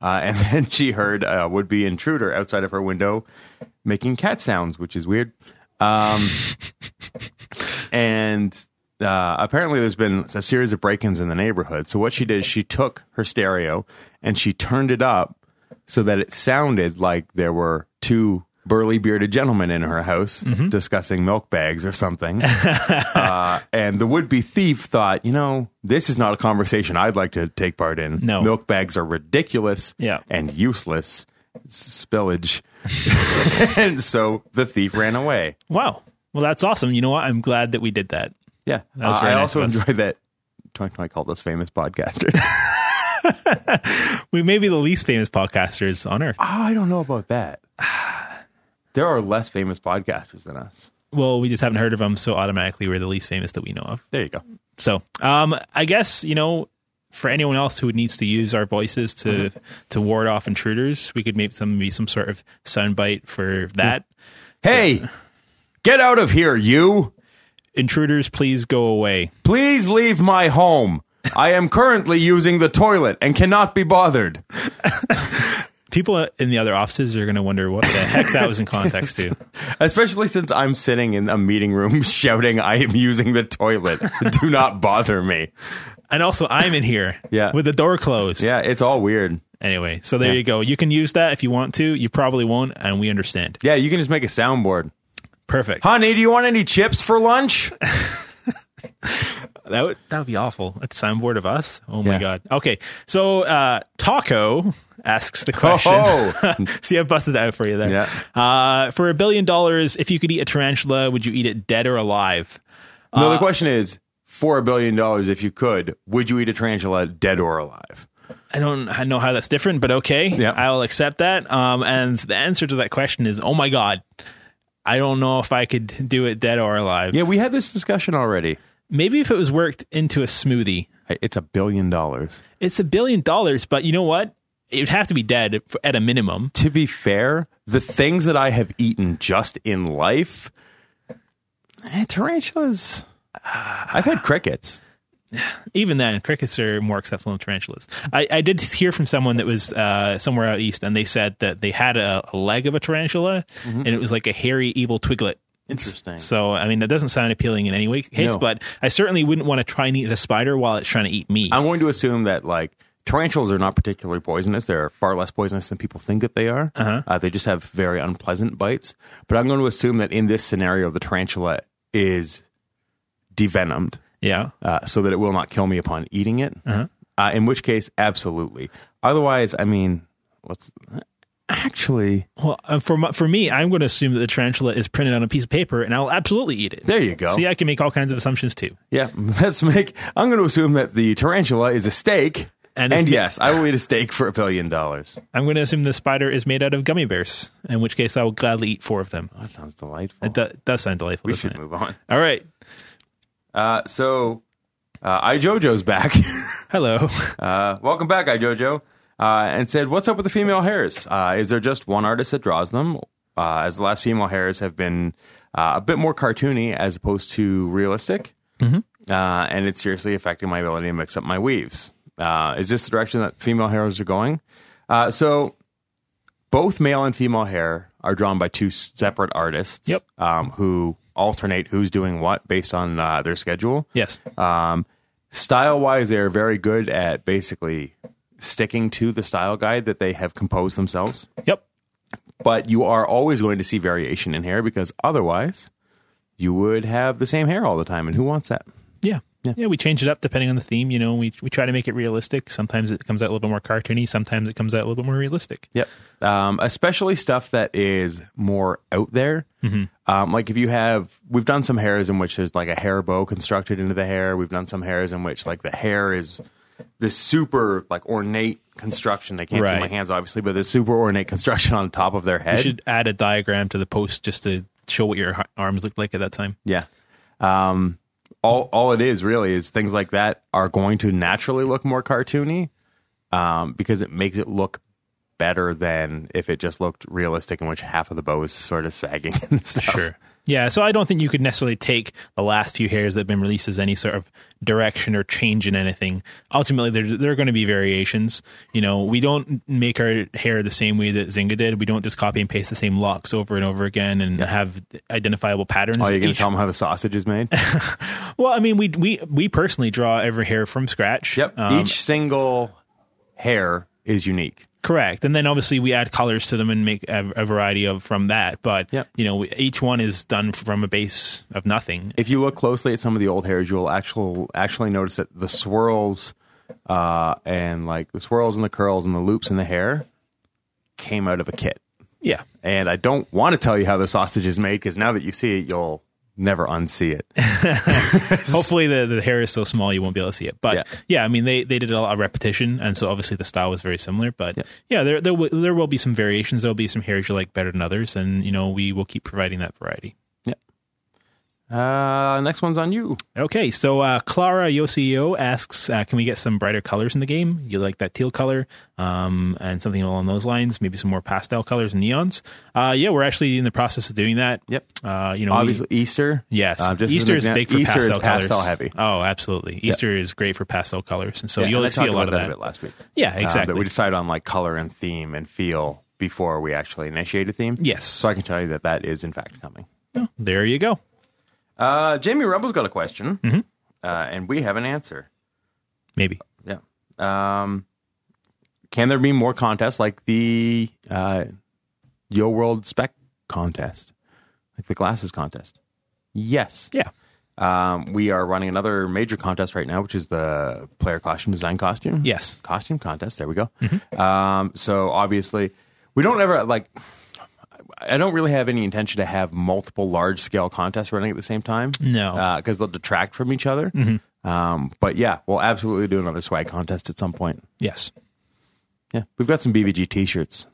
Speaker 1: uh, (laughs) and then she heard a would be intruder outside of her window making cat sounds, which is weird. Um, and uh, apparently, there's been a series of break ins in the neighborhood. So, what she did is she took her stereo and she turned it up so that it sounded like there were two burly bearded gentlemen in her house
Speaker 2: Mm-hmm.
Speaker 1: discussing milk bags or something. (laughs) uh, and the would be thief thought, you know, this is not a conversation I'd like to take part in.
Speaker 2: No.
Speaker 1: Milk bags are ridiculous
Speaker 2: Yeah.
Speaker 1: and useless spillage. (laughs) and so the thief ran away.
Speaker 2: Wow. Well, that's awesome. You know what? I'm glad that we did that.
Speaker 1: Yeah.
Speaker 2: was
Speaker 1: Uh,
Speaker 2: very
Speaker 1: I
Speaker 2: nice
Speaker 1: also
Speaker 2: of us.
Speaker 1: enjoy that. Trying to call us famous podcasters. (laughs)
Speaker 2: We may be the least famous podcasters on earth.
Speaker 1: Ah, I don't know about that. (sighs) There are less famous podcasters than us.
Speaker 2: Well, we just haven't heard of them, so automatically we're the least famous that we know of.
Speaker 1: There you go.
Speaker 2: So, um, I guess you know, for anyone else who needs to use our voices to to ward off intruders, we could make some be some sort of soundbite for that.
Speaker 1: Hey, get out of here, you.
Speaker 2: Intruders, please go away.
Speaker 1: Please leave my home. I am currently using the toilet and cannot be bothered.
Speaker 2: People in the other offices are going to wonder what the heck that was in context to.
Speaker 1: Especially since I'm sitting in a meeting room (laughs) shouting, I am using the (laughs) toilet. Do not bother me.
Speaker 2: And also, I'm in here,
Speaker 1: Yeah.
Speaker 2: with the door closed.
Speaker 1: Yeah, it's all weird.
Speaker 2: Anyway, so there you go. You can use that if you want to. You probably won't, and we understand.
Speaker 1: Yeah, you can just make a soundboard.
Speaker 2: Perfect.
Speaker 1: Honey, do you want any chips for lunch?
Speaker 2: That would that would be awful. A soundboard of us. Oh my
Speaker 1: Yeah.
Speaker 2: god. Okay. So uh Taco asks the question. (laughs)
Speaker 1: Oh, (laughs)
Speaker 2: See, I busted that out for you there.
Speaker 1: Yeah.
Speaker 2: Uh, for a billion dollars, if you could eat a tarantula, would you eat it dead or alive?
Speaker 1: no, the question is for a billion dollars, if you could, would you eat a tarantula dead or alive?
Speaker 2: I don't I know how that's different, but okay.
Speaker 1: Yeah.
Speaker 2: I'll accept that. Um, and the answer to that question is, oh my god, I don't know if I could do it dead or alive.
Speaker 1: Yeah, we had this discussion already.
Speaker 2: Maybe if it was worked into a smoothie.
Speaker 1: Hey, It's a billion dollars.
Speaker 2: It's a billion dollars, but you know what? It would have to be dead f- at a minimum.
Speaker 1: To be fair, the things that I have eaten just in life, eh, tarantulas. uh, I've had crickets.
Speaker 2: even then, crickets are more acceptable than tarantulas. I, I did hear from someone that was uh, somewhere out east, and they said that they had a, a leg of a tarantula, and it was like a hairy, evil twiglet.
Speaker 1: Mm-hmm. Interesting.
Speaker 2: So, I mean, that doesn't sound appealing in any way, case,
Speaker 1: No.
Speaker 2: but I certainly wouldn't want to try and eat a spider while it's trying to eat me.
Speaker 1: I'm going to assume that like tarantulas are not particularly poisonous. They're far less poisonous than people think that they are. uh they just have very unpleasant bites. But I'm going to assume that in this scenario, the tarantula is devenomed
Speaker 2: yeah.
Speaker 1: uh, so that it will not kill me upon eating it.
Speaker 2: Uh-huh.
Speaker 1: uh in which case, absolutely. Otherwise, I mean, what's actually?
Speaker 2: Well, uh, for my, for me, I'm going to assume that the tarantula is printed on a piece of paper, and I'll absolutely eat it.
Speaker 1: There you go.
Speaker 2: See, I can make all kinds of assumptions too.
Speaker 1: Yeah, (laughs) let's make. I'm going to assume that the tarantula is a steak.
Speaker 2: And
Speaker 1: And,
Speaker 2: it's ma-
Speaker 1: yes, I will eat a steak for a billion dollars.
Speaker 2: I'm going to assume the spider is made out of gummy bears, in which case I will gladly eat four of them.
Speaker 1: That sounds delightful.
Speaker 2: It do- does sound delightful.
Speaker 1: we
Speaker 2: doesn't
Speaker 1: should
Speaker 2: it?
Speaker 1: move on.
Speaker 2: All right.
Speaker 1: Uh, so, uh, iJojo's back. (laughs)
Speaker 2: Hello. (laughs)
Speaker 1: uh, welcome back, iJojo. Uh, and said, What's up with the female hairs? Uh, is there just one artist that draws them? Uh, as the last female hairs have been uh, a bit more cartoony as opposed to realistic. Uh, and it's seriously affecting my ability to mix up my weaves. Uh, is this the direction that female hairs are going? Uh, so, both male and female hair are drawn by two separate artists
Speaker 2: Yep.
Speaker 1: um, who alternate who's doing what based on uh, their schedule.
Speaker 2: Yes.
Speaker 1: Um, style wise, they're very good at basically sticking to the style guide that they have composed themselves.
Speaker 2: Yep.
Speaker 1: But you are always going to see variation in hair because otherwise you would have the same hair all the time. And who wants that?
Speaker 2: Yeah. yeah. we change it up depending on the theme. You know, we we try to make it realistic. Sometimes it comes out a little bit more cartoony. Sometimes it comes out a little bit more realistic.
Speaker 1: Yep. Um, especially stuff that is more out there. Um, like if you have, we've done some hairs in which there's like a hair bow constructed into the hair. We've done some hairs in which like the hair is this super like ornate construction. They can't see my
Speaker 2: Right.
Speaker 1: hands obviously, but this super ornate construction on top of their head.
Speaker 2: You should add a diagram to the post just to show what your h- arms looked like at that time.
Speaker 1: yeah. Um, all all it is really is things like that are going to naturally look more cartoony um, because it makes it look better than if it just looked realistic in which half of the bow is sort of sagging (laughs) and stuff.
Speaker 2: Sure. Yeah, so I don't think you could necessarily take the last few hairs that have been released as any sort of direction or change in anything. Ultimately, there, there are going to be variations. You know, we don't make our hair the same way that Zynga did. We don't just copy and paste the same locks over and over again and have identifiable patterns.
Speaker 1: Oh, you're going
Speaker 2: Each-
Speaker 1: to tell them how the sausage is made?
Speaker 2: well, I mean, we, we we personally draw every hair from
Speaker 1: (laughs)
Speaker 2: scratch.
Speaker 1: Yep.
Speaker 2: Um,
Speaker 1: Each single hair is unique.
Speaker 2: Correct. And then obviously we add colors to them and make a, a variety of from that. But,
Speaker 1: Yep.
Speaker 2: you know, we, each one is done from a base of nothing.
Speaker 1: If you look closely at some of the old hairs, you'll actual actually notice that the swirls uh, and like the swirls and the curls and the loops in the hair came out of a kit.
Speaker 2: Yeah.
Speaker 1: And I don't want to tell you how the sausage is made because now that you see it, you'll never unsee it.
Speaker 2: (laughs) Hopefully the, the hair is so small you won't be able to see it. But yeah,
Speaker 1: Yeah.
Speaker 2: I mean, they, they did a lot of repetition. And so obviously the style was very similar. But yeah, there, there, w- there will be some variations. There'll be some hairs you like better than others. And, you know, we will keep providing that variety.
Speaker 1: Uh, next one's on you.
Speaker 2: Okay, so uh, Clara Yosio asks, uh, can we get some brighter colors in the game? You like that teal color um, and something along those lines, maybe some more pastel colors and neons. Uh, yeah, we're actually in the process of doing that.
Speaker 1: Yep.
Speaker 2: Uh, you know, we-
Speaker 1: Obviously, Easter.
Speaker 2: yes.
Speaker 1: Uh, just as an
Speaker 2: Easter is
Speaker 1: example-
Speaker 2: big for
Speaker 1: Easter
Speaker 2: pastel,
Speaker 1: is pastel
Speaker 2: colors.
Speaker 1: heavy.
Speaker 2: Oh, absolutely. Easter is great for pastel colors, and so
Speaker 1: Yeah, and I
Speaker 2: you'll see
Speaker 1: talked
Speaker 2: a
Speaker 1: about
Speaker 2: lot of
Speaker 1: that
Speaker 2: that.
Speaker 1: a bit last week.
Speaker 2: Yeah,
Speaker 1: Uh,
Speaker 2: exactly.
Speaker 1: that we decide on like color and theme and feel before we actually initiate a theme.
Speaker 2: Yes.
Speaker 1: So I can tell you that that is in fact coming.
Speaker 2: there you go.
Speaker 1: Uh, Jamie Rumble's got a question,
Speaker 2: Mm-hmm.
Speaker 1: uh, and we have an answer.
Speaker 2: Maybe.
Speaker 1: Yeah. Um, can there be more contests like the uh, Yo World Spec contest, like the glasses contest? Yes.
Speaker 2: Yeah.
Speaker 1: Um, we are running another major contest right now, which is the player costume design costume.
Speaker 2: Yes.
Speaker 1: Costume contest. There we go. Um, so obviously, we don't ever like. I don't really have any intention to have multiple large scale contests running at the same time.
Speaker 2: No.
Speaker 1: because Uh, they'll detract from each other.
Speaker 2: Mm-hmm.
Speaker 1: Um, but yeah, we'll absolutely do another swag contest at some point.
Speaker 2: Yes.
Speaker 1: Yeah, we've got some BVG T-shirts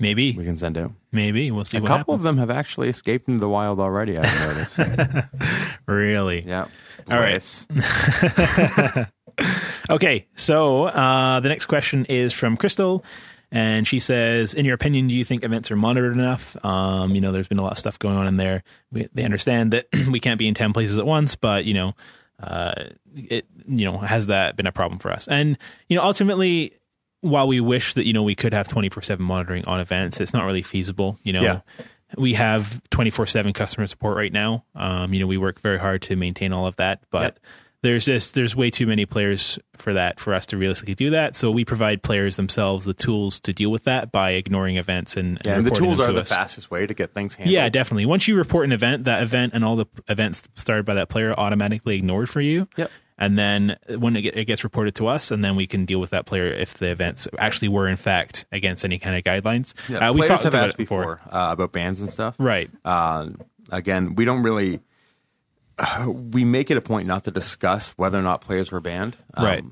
Speaker 2: Maybe.
Speaker 1: we can send out.
Speaker 2: Maybe we'll see.
Speaker 1: A
Speaker 2: what
Speaker 1: couple of them
Speaker 2: happens.
Speaker 1: have actually escaped into the wild already. I've
Speaker 2: (laughs)
Speaker 1: noticed.
Speaker 2: Really.
Speaker 1: yeah.
Speaker 2: All right.
Speaker 1: Bliss.
Speaker 2: Okay, so uh, the next question is from Crystal, and she says, "In your opinion, do you think events are monitored enough? Um, you know, there's been a lot of stuff going on in there. We, they understand that (clears throat) we can't be in ten places at once, but you know, uh, it you know has that been a problem for us? And you know, ultimately." While we wish that you know we could have twenty four seven monitoring on events, it's not really feasible. You know,
Speaker 1: Yeah.
Speaker 2: we have 24-7 customer support right now um, you know we work very hard to maintain all of that but there's just there's way too many players for that for us to realistically do that so we provide players themselves the tools to deal with that by ignoring events and, and
Speaker 1: Yeah, and the
Speaker 2: reporting
Speaker 1: tools
Speaker 2: them
Speaker 1: are
Speaker 2: to
Speaker 1: the
Speaker 2: us.
Speaker 1: fastest way to get things handled.
Speaker 2: yeah definitely once you report an event that event and all the p- events started by that player are automatically ignored for you
Speaker 1: Yep.
Speaker 2: and then uh, when it, get, it gets reported to us and then we can deal with that player if the events actually were in fact against any kind of guidelines
Speaker 1: Yeah,
Speaker 2: Uh,
Speaker 1: players
Speaker 2: talked
Speaker 1: have
Speaker 2: about
Speaker 1: asked
Speaker 2: it before.
Speaker 1: before, uh, about bands and stuff.
Speaker 2: right
Speaker 1: Uh, again, we don't really. (sighs) we make it a point not to discuss whether or not players were banned. Um,
Speaker 2: Right.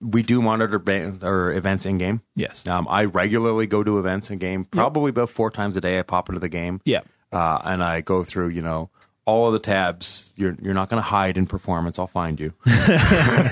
Speaker 1: We do monitor ban- or events in game.
Speaker 2: yes
Speaker 1: Um, I regularly go to events in game, probably about four times a day. I pop into the game.
Speaker 2: Yeah.
Speaker 1: Uh, and I go through, you know, all of the tabs. You're you're not going to hide in performance. I'll find you. (laughs) um,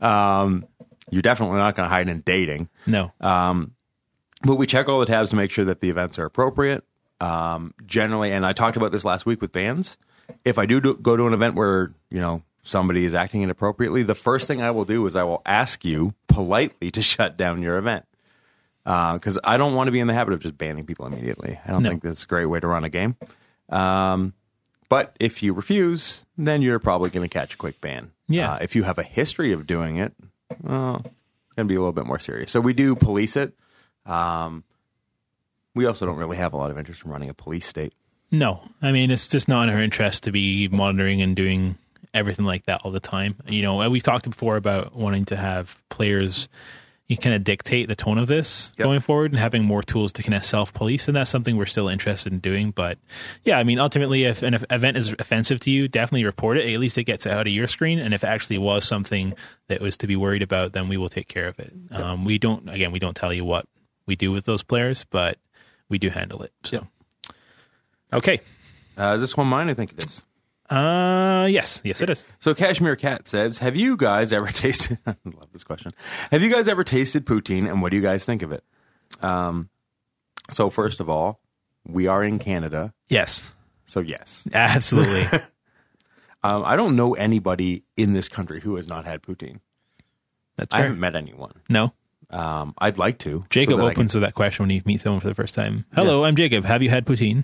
Speaker 1: you're definitely not going to hide in dating.
Speaker 2: no
Speaker 1: But we check all the tabs to make sure that the events are appropriate. Um, generally, and I talked about this last week with bands. If I do, do go to an event where you know somebody is acting inappropriately, the first thing I will do is I will ask you politely to (laughs) shut down your event because I don't want to be in the habit of just banning people immediately. I don't think that's a great way to run a game. Um, but if you refuse, then you're probably going to catch a quick ban.
Speaker 2: Yeah.
Speaker 1: Uh, if you have a history of doing it, well, it's going to be a little bit more serious. So we do police it. Um, we also don't really have a lot of interest in running a police state.
Speaker 2: No, I mean it's just not in her interest to be monitoring and doing everything like that all the time. You know, and we've talked before about wanting to have players you kind of dictate the tone of this
Speaker 1: Yep.
Speaker 2: going forward and having more tools to kind of self police, and that's something we're still interested in doing. But yeah, I mean, ultimately, if an event is offensive to you, definitely report it. At least it gets out of your screen, and if it actually was something that was to be worried about, then we will take care of it. Um, we don't, again, we don't tell you what we do with those players, but we do handle it. So. Okay.
Speaker 1: Uh, is this one mine? I think it is.
Speaker 2: Uh, yes, yes, it is.
Speaker 1: So Cashmere Cat says, "Have you guys ever tasted? (laughs) I love this question. Have you guys ever tasted poutine, and what do you guys think of it?" Um, so first of all, we are in Canada,
Speaker 2: Yes,
Speaker 1: so yes. (laughs)
Speaker 2: absolutely.
Speaker 1: Um, I don't know anybody in this country who has not had poutine.
Speaker 2: That's
Speaker 1: I
Speaker 2: fair.
Speaker 1: haven't met anyone.
Speaker 2: no,
Speaker 1: Um, I'd like to. so
Speaker 2: Jacob
Speaker 1: that I can-
Speaker 2: opens with that question when you meet someone for the first time. Hello, I'm Jacob. Have you had poutine?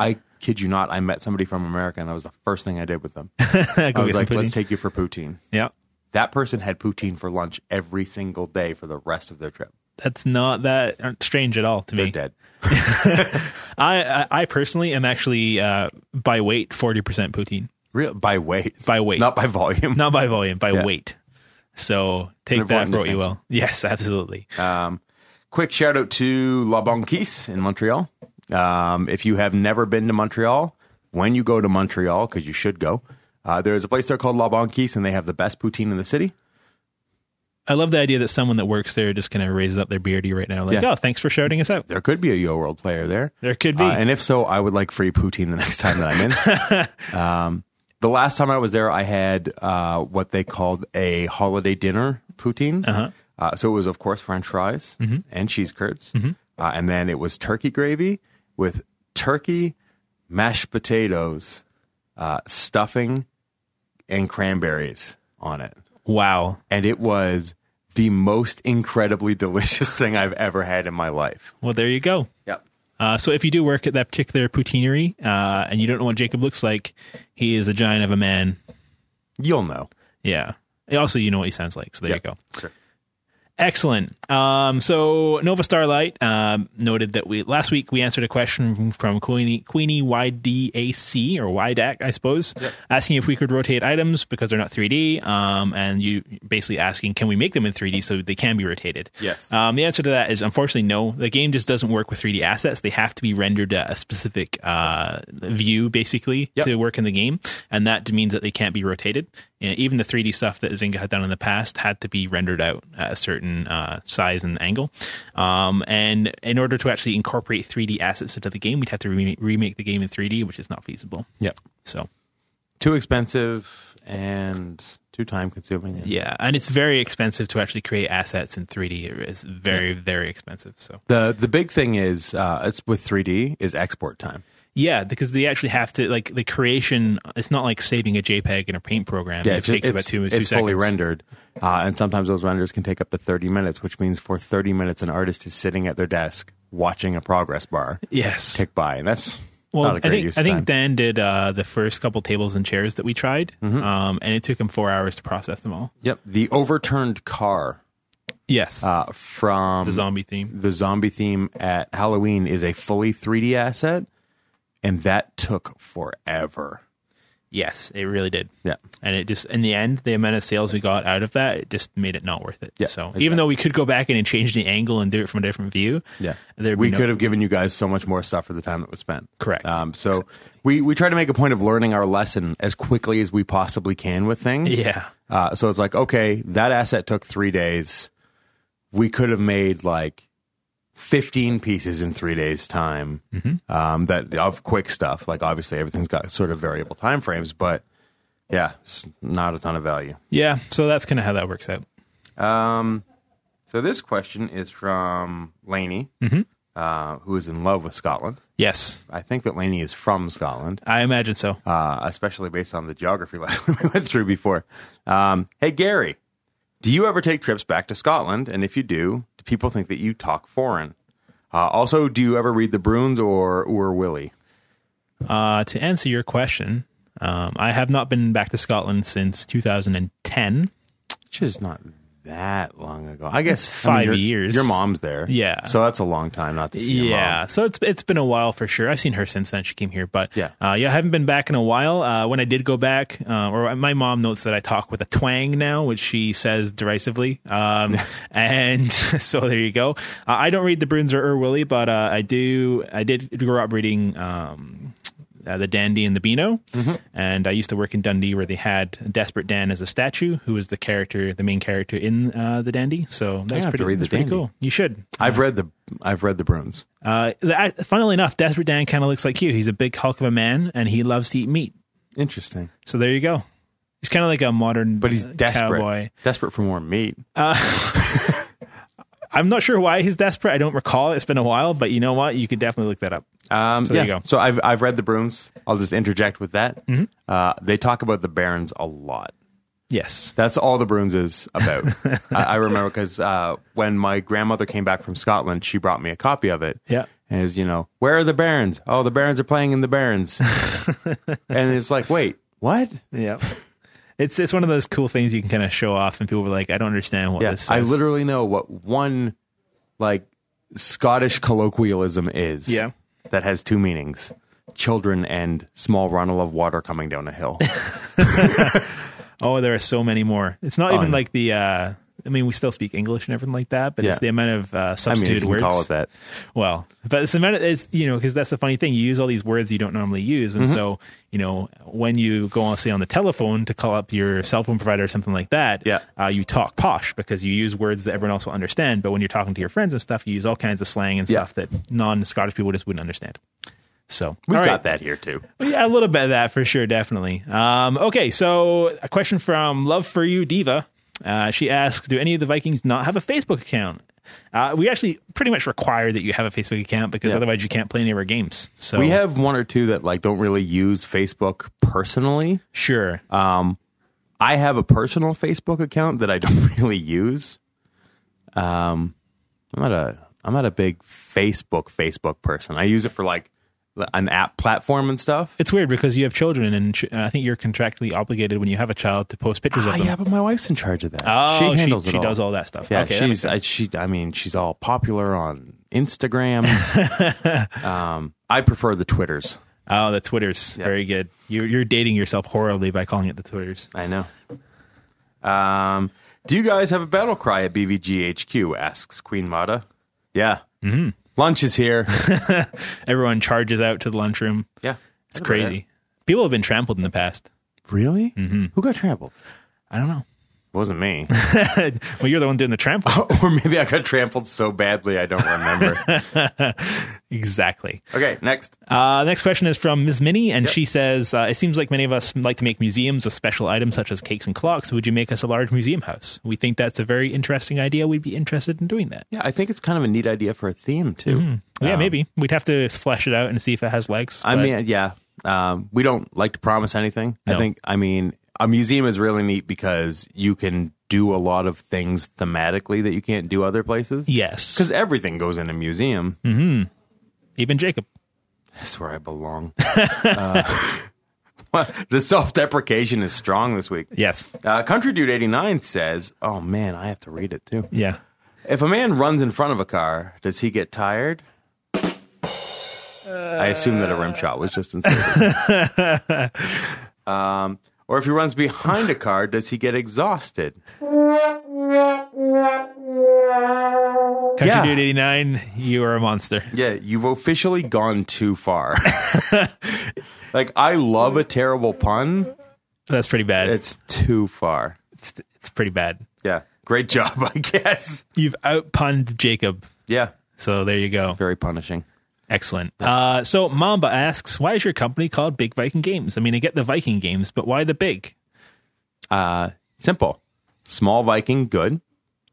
Speaker 1: I kid you not. I met somebody from America, and that was the first thing I did with (laughs) them.
Speaker 2: Go
Speaker 1: (laughs) I was
Speaker 2: get some
Speaker 1: like,
Speaker 2: poutine.
Speaker 1: "Let's take you for poutine."
Speaker 2: yeah,
Speaker 1: That person had poutine for lunch every single day for the rest of their trip.
Speaker 2: that's not that strange at all to
Speaker 1: They're
Speaker 2: me.
Speaker 1: dead.
Speaker 2: I, I I personally am actually uh, by weight forty percent poutine
Speaker 1: Real by weight,
Speaker 2: by weight,
Speaker 1: not by volume.
Speaker 2: not by volume, by
Speaker 1: Yeah.
Speaker 2: weight. So take
Speaker 1: An
Speaker 2: that
Speaker 1: important
Speaker 2: for what you will. Yes, absolutely.
Speaker 1: Um, quick shout out to La Banquise in Montreal. Um, if you have never been to Montreal, when you go to Montreal, because you should go, uh, there is a place there called La Banquise, and they have the best poutine in the city.
Speaker 2: I love the idea that someone that works there just kind of raises up their beardy right now, like,
Speaker 1: Yeah.
Speaker 2: "Oh, thanks for shouting us out."
Speaker 1: There could be a Yo World player there.
Speaker 2: There could be.
Speaker 1: Uh, and if so, I would like free poutine the next time that I'm in. um, the last time I was there, I had uh, what they called a holiday dinner poutine. uh so it was, of course, French fries and cheese curds. Uh, and then it was turkey gravy with turkey, mashed potatoes, uh, stuffing, and cranberries on it.
Speaker 2: wow,
Speaker 1: And it was the most incredibly (laughs) delicious thing I've ever had in my life.
Speaker 2: Well, there you go.
Speaker 1: Yep.
Speaker 2: Uh, so if you do work at that particular poutineery uh, and you don't know what Jacob looks like, he is a giant of a man.
Speaker 1: You'll know.
Speaker 2: Yeah. And Also, you know what he sounds like. So there you go.
Speaker 1: Sure.
Speaker 2: Excellent. Um, so Nova Starlight um, noted that we last week we answered a question from, from Queenie, Queenie YDAC or YDAC, I suppose, asking if we could rotate items because they're not 3D, um, and you basically asking can we make them in 3D so they can be rotated.
Speaker 1: Yes.
Speaker 2: Um, the answer to that is unfortunately no. The game just doesn't work with 3D assets. They have to be rendered at a specific uh, view, basically,
Speaker 1: Yep.
Speaker 2: to work in the game. And that means that they can't be rotated. You know, even the 3D stuff that Zynga had done in the past had to be rendered out at a certain uh, size and angle. Um, and in order to actually incorporate 3D assets into the game, we'd have to remake, remake the game in 3D, which is not feasible.
Speaker 1: Yep.
Speaker 2: So,
Speaker 1: too expensive and too time consuming.
Speaker 2: yeah. And it's very expensive to actually create assets in 3D. It's very, very expensive. So,
Speaker 1: The the big thing is uh, it's with 3D is export time.
Speaker 2: Yeah, because they actually have to like the creation. It's not like saving a JPEG in a Paint program. it takes about two,
Speaker 1: it's
Speaker 2: two seconds.
Speaker 1: fully rendered, uh, and sometimes those renders can take up to 30 minutes, which means for 30 minutes an artist is sitting at their desk watching a progress bar
Speaker 2: Yes.
Speaker 1: tick by, and that's
Speaker 2: well,
Speaker 1: not a great
Speaker 2: I think
Speaker 1: use.
Speaker 2: I
Speaker 1: of
Speaker 2: think
Speaker 1: time.
Speaker 2: Dan did uh, the first couple tables and chairs that we tried,
Speaker 1: Mm-hmm.
Speaker 2: um, and it took him four hours to process them all.
Speaker 1: yep, the overturned car
Speaker 2: Yes,
Speaker 1: uh, from
Speaker 2: the zombie theme.
Speaker 1: the zombie theme at Halloween is a fully 3D asset, and that took forever.
Speaker 2: Yes, it really did.
Speaker 1: Yeah.
Speaker 2: and it just in the end, the amount of sales we got out of that it just made it not worth it.
Speaker 1: Yeah,
Speaker 2: so
Speaker 1: exactly.
Speaker 2: even though we could go back in and change the angle and do it from a different view,
Speaker 1: Yeah.
Speaker 2: there
Speaker 1: we
Speaker 2: no,
Speaker 1: could have given you guys so much more stuff for the time that was spent.
Speaker 2: Correct.
Speaker 1: Um, so we we try to make a point of learning our lesson as quickly as we possibly can with things.
Speaker 2: Yeah.
Speaker 1: Uh, so it's like, okay, that asset took three days. We could have made like fifteen pieces in three days' time.
Speaker 2: Mm-hmm.
Speaker 1: Um, that of quick stuff. Like obviously everything's got sort of variable time frames, but yeah, it's not a ton of value.
Speaker 2: Yeah, so that's kind of how that works out.
Speaker 1: Um, so this question is from Laney,
Speaker 2: Mm-hmm.
Speaker 1: uh, who is in love with Scotland.
Speaker 2: Yes,
Speaker 1: I think that Laney is from Scotland,
Speaker 2: I imagine so.
Speaker 1: uh, especially based on the geography (laughs) lesson we went through before. Um, hey, Gary, do you ever take trips back to Scotland? And if you do, do people think that you talk foreign? Uh, also, do you ever read The Bruins or or Willie?
Speaker 2: Uh, to answer your question, um, I have not been back to Scotland since 2010.
Speaker 1: Which is not that long ago. I guess
Speaker 2: It's
Speaker 1: I mean,
Speaker 2: five
Speaker 1: your-
Speaker 2: years.
Speaker 1: Your mom's there,
Speaker 2: Yeah.
Speaker 1: So that's a long time not to see your mom.
Speaker 2: Yeah, so it's it's been a while for sure. I've seen her since then. She came here, but
Speaker 1: Yeah.
Speaker 2: uh, yeah, I haven't been back in a while. Uh, when I did go back, uh, or my mom notes that I talk with a twang now, which she says derisively.
Speaker 1: (laughs)
Speaker 2: Um, and (laughs) so there you go. Uh, I don't read the Bruins or Willie, but uh, I do. I did grow up reading. Um, uh, the Dandy and the Beano.
Speaker 1: Mm-hmm.
Speaker 2: And I used to work in Dundee where they had Desperate Dan as a statue, who was the character, the main character in uh, the Dandy. So that's
Speaker 1: have to
Speaker 2: pretty,
Speaker 1: read The
Speaker 2: that's pretty
Speaker 1: Dandy.
Speaker 2: cool. You should.
Speaker 1: I've read the I've read the Bruins.
Speaker 2: Uh, that, funnily enough, Desperate Dan kind of looks like you. He's a big hulk of a man, and he loves to eat meat.
Speaker 1: Interesting.
Speaker 2: So there you go. He's kind of like a modern,
Speaker 1: But he's
Speaker 2: uh,
Speaker 1: desperate.
Speaker 2: cowboy.
Speaker 1: Desperate for more meat.
Speaker 2: I'm not sure why he's desperate. I don't recall. It's been a while, but you know what? You could definitely look that up.
Speaker 1: Um,
Speaker 2: there
Speaker 1: yeah.
Speaker 2: you go. Mm-hmm.
Speaker 1: So I've I've read the Bruins. I'll just interject with that. Uh, they talk about the Barons a lot.
Speaker 2: Yes.
Speaker 1: That's all the Bruins is
Speaker 2: (laughs)
Speaker 1: about. I, I remember because uh, when my grandmother came back from Scotland, she brought me a copy of it.
Speaker 2: Yeah.
Speaker 1: And it's, you know, where are the Barons? Oh, the Barons are playing in the
Speaker 2: (laughs)
Speaker 1: Barons. and it's like, wait, what?
Speaker 2: Yeah. (laughs) It's it's one of those cool things you can kind of show off, and people were like, "I don't understand what this."
Speaker 1: Yes.
Speaker 2: Says.
Speaker 1: I literally know what one like Scottish colloquialism is.
Speaker 2: Yeah.
Speaker 1: That has two meanings. Children and small runnel of water coming down a hill.
Speaker 2: Oh, there are so many more. It's not even
Speaker 1: Un-
Speaker 2: like the. uh I mean, we still speak English and everything like that, but
Speaker 1: Yeah.
Speaker 2: it's the amount of uh,
Speaker 1: I mean, you
Speaker 2: substituted
Speaker 1: can
Speaker 2: words.
Speaker 1: call it that.
Speaker 2: Well, but it's the amount of, it's you know because that's the funny thing. You use all these words you don't normally use,
Speaker 1: Mm-hmm.
Speaker 2: and so you know when you go on say on the telephone to call up your cell phone provider or something like that.
Speaker 1: Yeah.
Speaker 2: uh, you talk posh because you use words that everyone else will understand. But when you're talking to your friends and stuff, you use all kinds of slang and
Speaker 1: Yeah.
Speaker 2: stuff that non-Scottish people just wouldn't understand. So
Speaker 1: We've
Speaker 2: all right.
Speaker 1: got that here too.
Speaker 2: Yeah, a little bit of that for sure, definitely. Um, okay, so a question from Love for You Diva. Uh, she asks, "Do any of the Vikings not have a Facebook account?" Uh, we actually pretty much require that you have a Facebook account because
Speaker 1: Yeah.
Speaker 2: otherwise you can't play any of our games. So
Speaker 1: We have one or two that like don't really use Facebook personally.
Speaker 2: sure,
Speaker 1: Uh, I have a personal Facebook account that I (laughs) don't really use. Um, I'm not a I'm not a big Facebook Facebook person. I use it for like an app platform and stuff.
Speaker 2: it's weird because you have children, and ch- uh, I think you're contractually obligated when you have a child to post pictures
Speaker 1: Ah,
Speaker 2: of them.
Speaker 1: yeah, but my wife's in charge of that.
Speaker 2: Oh,
Speaker 1: she handles
Speaker 2: she,
Speaker 1: it.
Speaker 2: she
Speaker 1: all.
Speaker 2: does all that stuff.
Speaker 1: Yeah,
Speaker 2: okay, that makes
Speaker 1: she's
Speaker 2: sense.
Speaker 1: I, she. I mean, she's all popular on Instagrams. (laughs) um, I prefer the Twitters.
Speaker 2: oh, the Twitters, very good. You're, you're dating yourself horribly by calling it the Twitters.
Speaker 1: I know. Um, do you guys have a battle cry at BVGHQ? Asks Queen Mata. Yeah. Mm-hmm. Lunch is
Speaker 2: (laughs)
Speaker 1: here.
Speaker 2: Everyone charges out to the lunchroom.
Speaker 1: yeah.
Speaker 2: It's crazy. People have been trampled in the past.
Speaker 1: Really? Mm-hmm. Who got trampled?
Speaker 2: I don't know.
Speaker 1: wasn't me.
Speaker 2: (laughs)
Speaker 1: (laughs)
Speaker 2: well, you're the one doing the trampling.
Speaker 1: or maybe I got trampled so badly I don't
Speaker 2: (laughs)
Speaker 1: remember.
Speaker 2: Exactly.
Speaker 1: okay, next.
Speaker 2: Uh, next question is from Ms. Minnie, and she says, uh, It seems like many of us like to make museums of special items such as cakes and clocks. Would you make us a large museum house? We think that's a very interesting idea. We'd be interested in doing that.
Speaker 1: Yeah, I think it's kind of a neat idea for a theme too.
Speaker 2: Yeah, maybe. We'd have to flesh it out and see if it has legs.
Speaker 1: I
Speaker 2: but-
Speaker 1: mean, yeah. Um, we don't like to promise anything. I
Speaker 2: No.
Speaker 1: think, I mean, a museum is really neat because you can do a lot of things thematically that you can't do other places.
Speaker 2: yes.
Speaker 1: Because everything goes in a museum.
Speaker 2: Even Jacob.
Speaker 1: That's where I belong. (laughs) uh, (laughs) the self deprecation is strong this week.
Speaker 2: Yes.
Speaker 1: Uh, Country Dude 89 says, Oh man, I have to read it too.
Speaker 2: Yeah.
Speaker 1: If a man runs in front of a car, does he get tired? I assume that a rim shot was just inserted. um, or if he runs behind a car, does he get exhausted?
Speaker 2: Country
Speaker 1: Yeah.
Speaker 2: Dude 89, you are a monster.
Speaker 1: Yeah, you've officially gone too far. like, I love a terrible pun.
Speaker 2: That's pretty bad. It's,
Speaker 1: It's too far.
Speaker 2: it's, pretty bad.
Speaker 1: Yeah. Great job, (laughs) I guess.
Speaker 2: You've outpunned Jacob.
Speaker 1: Yeah.
Speaker 2: So there you go.
Speaker 1: Very punishing.
Speaker 2: Excellent. Uh, so Mamba asks, why is your company called Big Viking Games? I mean, I get the Viking games, but why the big?
Speaker 1: Uh, simple. Small Viking, good.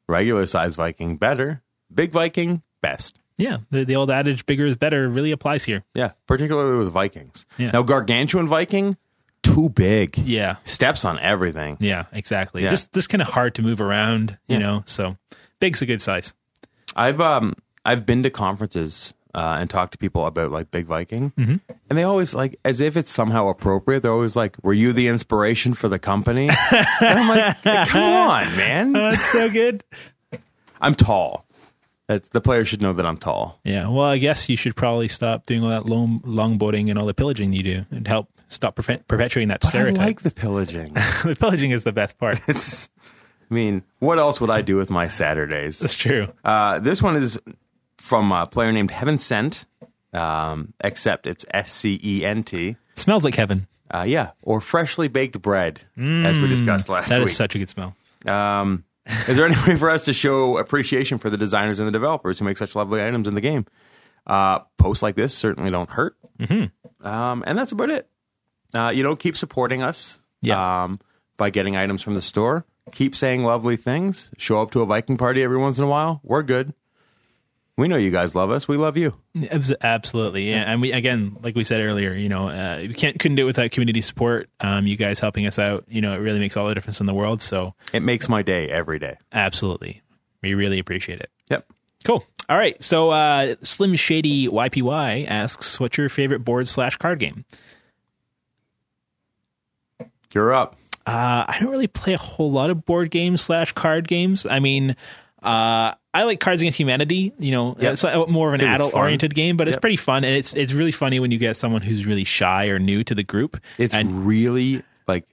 Speaker 1: Regular size Viking, better. Big Viking, best.
Speaker 2: Yeah, the, the old adage "bigger is better" really applies here.
Speaker 1: Yeah, particularly with Vikings.
Speaker 2: Yeah.
Speaker 1: Now, gargantuan Viking, too big.
Speaker 2: Yeah,
Speaker 1: Steps on everything.
Speaker 2: yeah, exactly.
Speaker 1: Yeah.
Speaker 2: Just just kind of hard to move around, you
Speaker 1: Yeah.
Speaker 2: know. So big's a good size.
Speaker 1: I've um I've been to conferences uh, and talked to people about like Big Viking,
Speaker 2: Mm-hmm.
Speaker 1: and they always like as if it's somehow appropriate. They're always like, "Were you the inspiration for the company?" (laughs) and I'm like, "Come on, man!
Speaker 2: (laughs) That's so good.
Speaker 1: I'm tall. That's, the player should know that I'm tall."
Speaker 2: Yeah. Well, I guess you should probably stop doing all that long longboarding and all the pillaging you do, and help stop perfe- perpetuating that
Speaker 1: I
Speaker 2: stereotype.
Speaker 1: like the pillaging. (laughs)
Speaker 2: the (laughs) pillaging is the best (laughs) part.
Speaker 1: it's, I mean, what else would I do with my Saturdays?
Speaker 2: (laughs) That's true.
Speaker 1: Uh, this one is from a player named Heaven Sent, um, except it's S C E N T.
Speaker 2: smells like heaven.
Speaker 1: Uh, yeah, or freshly baked bread, as we discussed last
Speaker 2: Mm, That is
Speaker 1: week.
Speaker 2: such a good smell.
Speaker 1: um, is there any way for us to show appreciation for the designers and the developers who make such lovely items in the
Speaker 2: Mm-hmm.
Speaker 1: game? Uh, posts like this certainly don't hurt. Um, and that's about it. uh, you know, keep supporting us
Speaker 2: Yeah.
Speaker 1: um, by getting items from the store. Keep saying lovely things. Show up to a Viking party every once in a while. We're good. We know you guys love us. We love you.
Speaker 2: Abs- Absolutely, yeah. And we again, like we said earlier, you know, uh, we can't couldn't do it without community support. Um, you guys helping us out, you know, it really makes all the difference in the world. So,
Speaker 1: It makes my day every day.
Speaker 2: absolutely, we really appreciate it.
Speaker 1: Yep.
Speaker 2: Cool. All right. So, uh, Slim Shady YPY asks, "What's your favorite board slash card game?"
Speaker 1: You're up.
Speaker 2: Uh, I don't really play a whole lot of board games slash card games. I mean, uh, I like Cards Against Humanity. You know,
Speaker 1: Yep.
Speaker 2: it's uh, more of an
Speaker 1: 'Cause it's
Speaker 2: adult oriented game, but it's
Speaker 1: Yep.
Speaker 2: pretty fun, and it's it's really funny when you get someone who's really shy or new to the group.
Speaker 1: It's
Speaker 2: and
Speaker 1: really like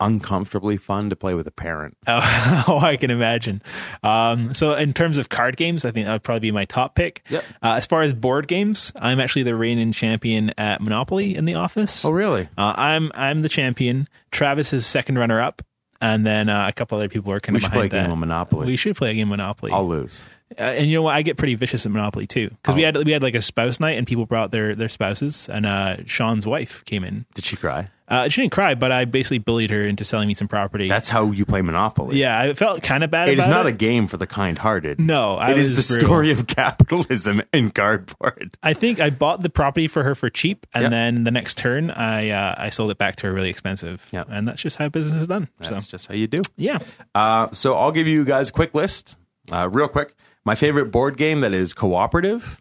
Speaker 1: uncomfortably fun to play with a parent.
Speaker 2: (laughs) Oh, oh, I can imagine. Um, so, in terms of card games, I think that would probably be my top pick.
Speaker 1: Yep.
Speaker 2: Uh, as far as board games, I'm actually the reigning champion at Monopoly in the office.
Speaker 1: Oh, really?
Speaker 2: Uh, I'm I'm the champion. Travis is second runner up, and then uh, a couple other people are kind
Speaker 1: We
Speaker 2: of
Speaker 1: should
Speaker 2: behind
Speaker 1: play a
Speaker 2: that.
Speaker 1: game of Monopoly.
Speaker 2: We should play a game of Monopoly.
Speaker 1: I'll lose.
Speaker 2: Uh, and you know what? I get pretty vicious at Monopoly too, because we had we had like a spouse night, and people brought their their spouses, and uh, Sean's wife came in.
Speaker 1: Did she cry?
Speaker 2: Uh, she didn't cry, but I basically bullied her into selling me some property.
Speaker 1: That's how you play Monopoly.
Speaker 2: yeah, I felt kind of bad.
Speaker 1: It is
Speaker 2: about
Speaker 1: not
Speaker 2: it.
Speaker 1: a game for the kind-hearted.
Speaker 2: No, I
Speaker 1: it is
Speaker 2: was
Speaker 1: the
Speaker 2: brutal.
Speaker 1: story of (laughs) capitalism in cardboard.
Speaker 2: I think I bought the property for her for cheap, and
Speaker 1: Yep.
Speaker 2: then the next turn I uh, I sold it back to her really expensive.
Speaker 1: Yep.
Speaker 2: and that's just how business is done.
Speaker 1: That's
Speaker 2: so
Speaker 1: just how you do.
Speaker 2: yeah,
Speaker 1: Uh, so I'll give you guys a quick list, uh, real quick. My favorite board game that is cooperative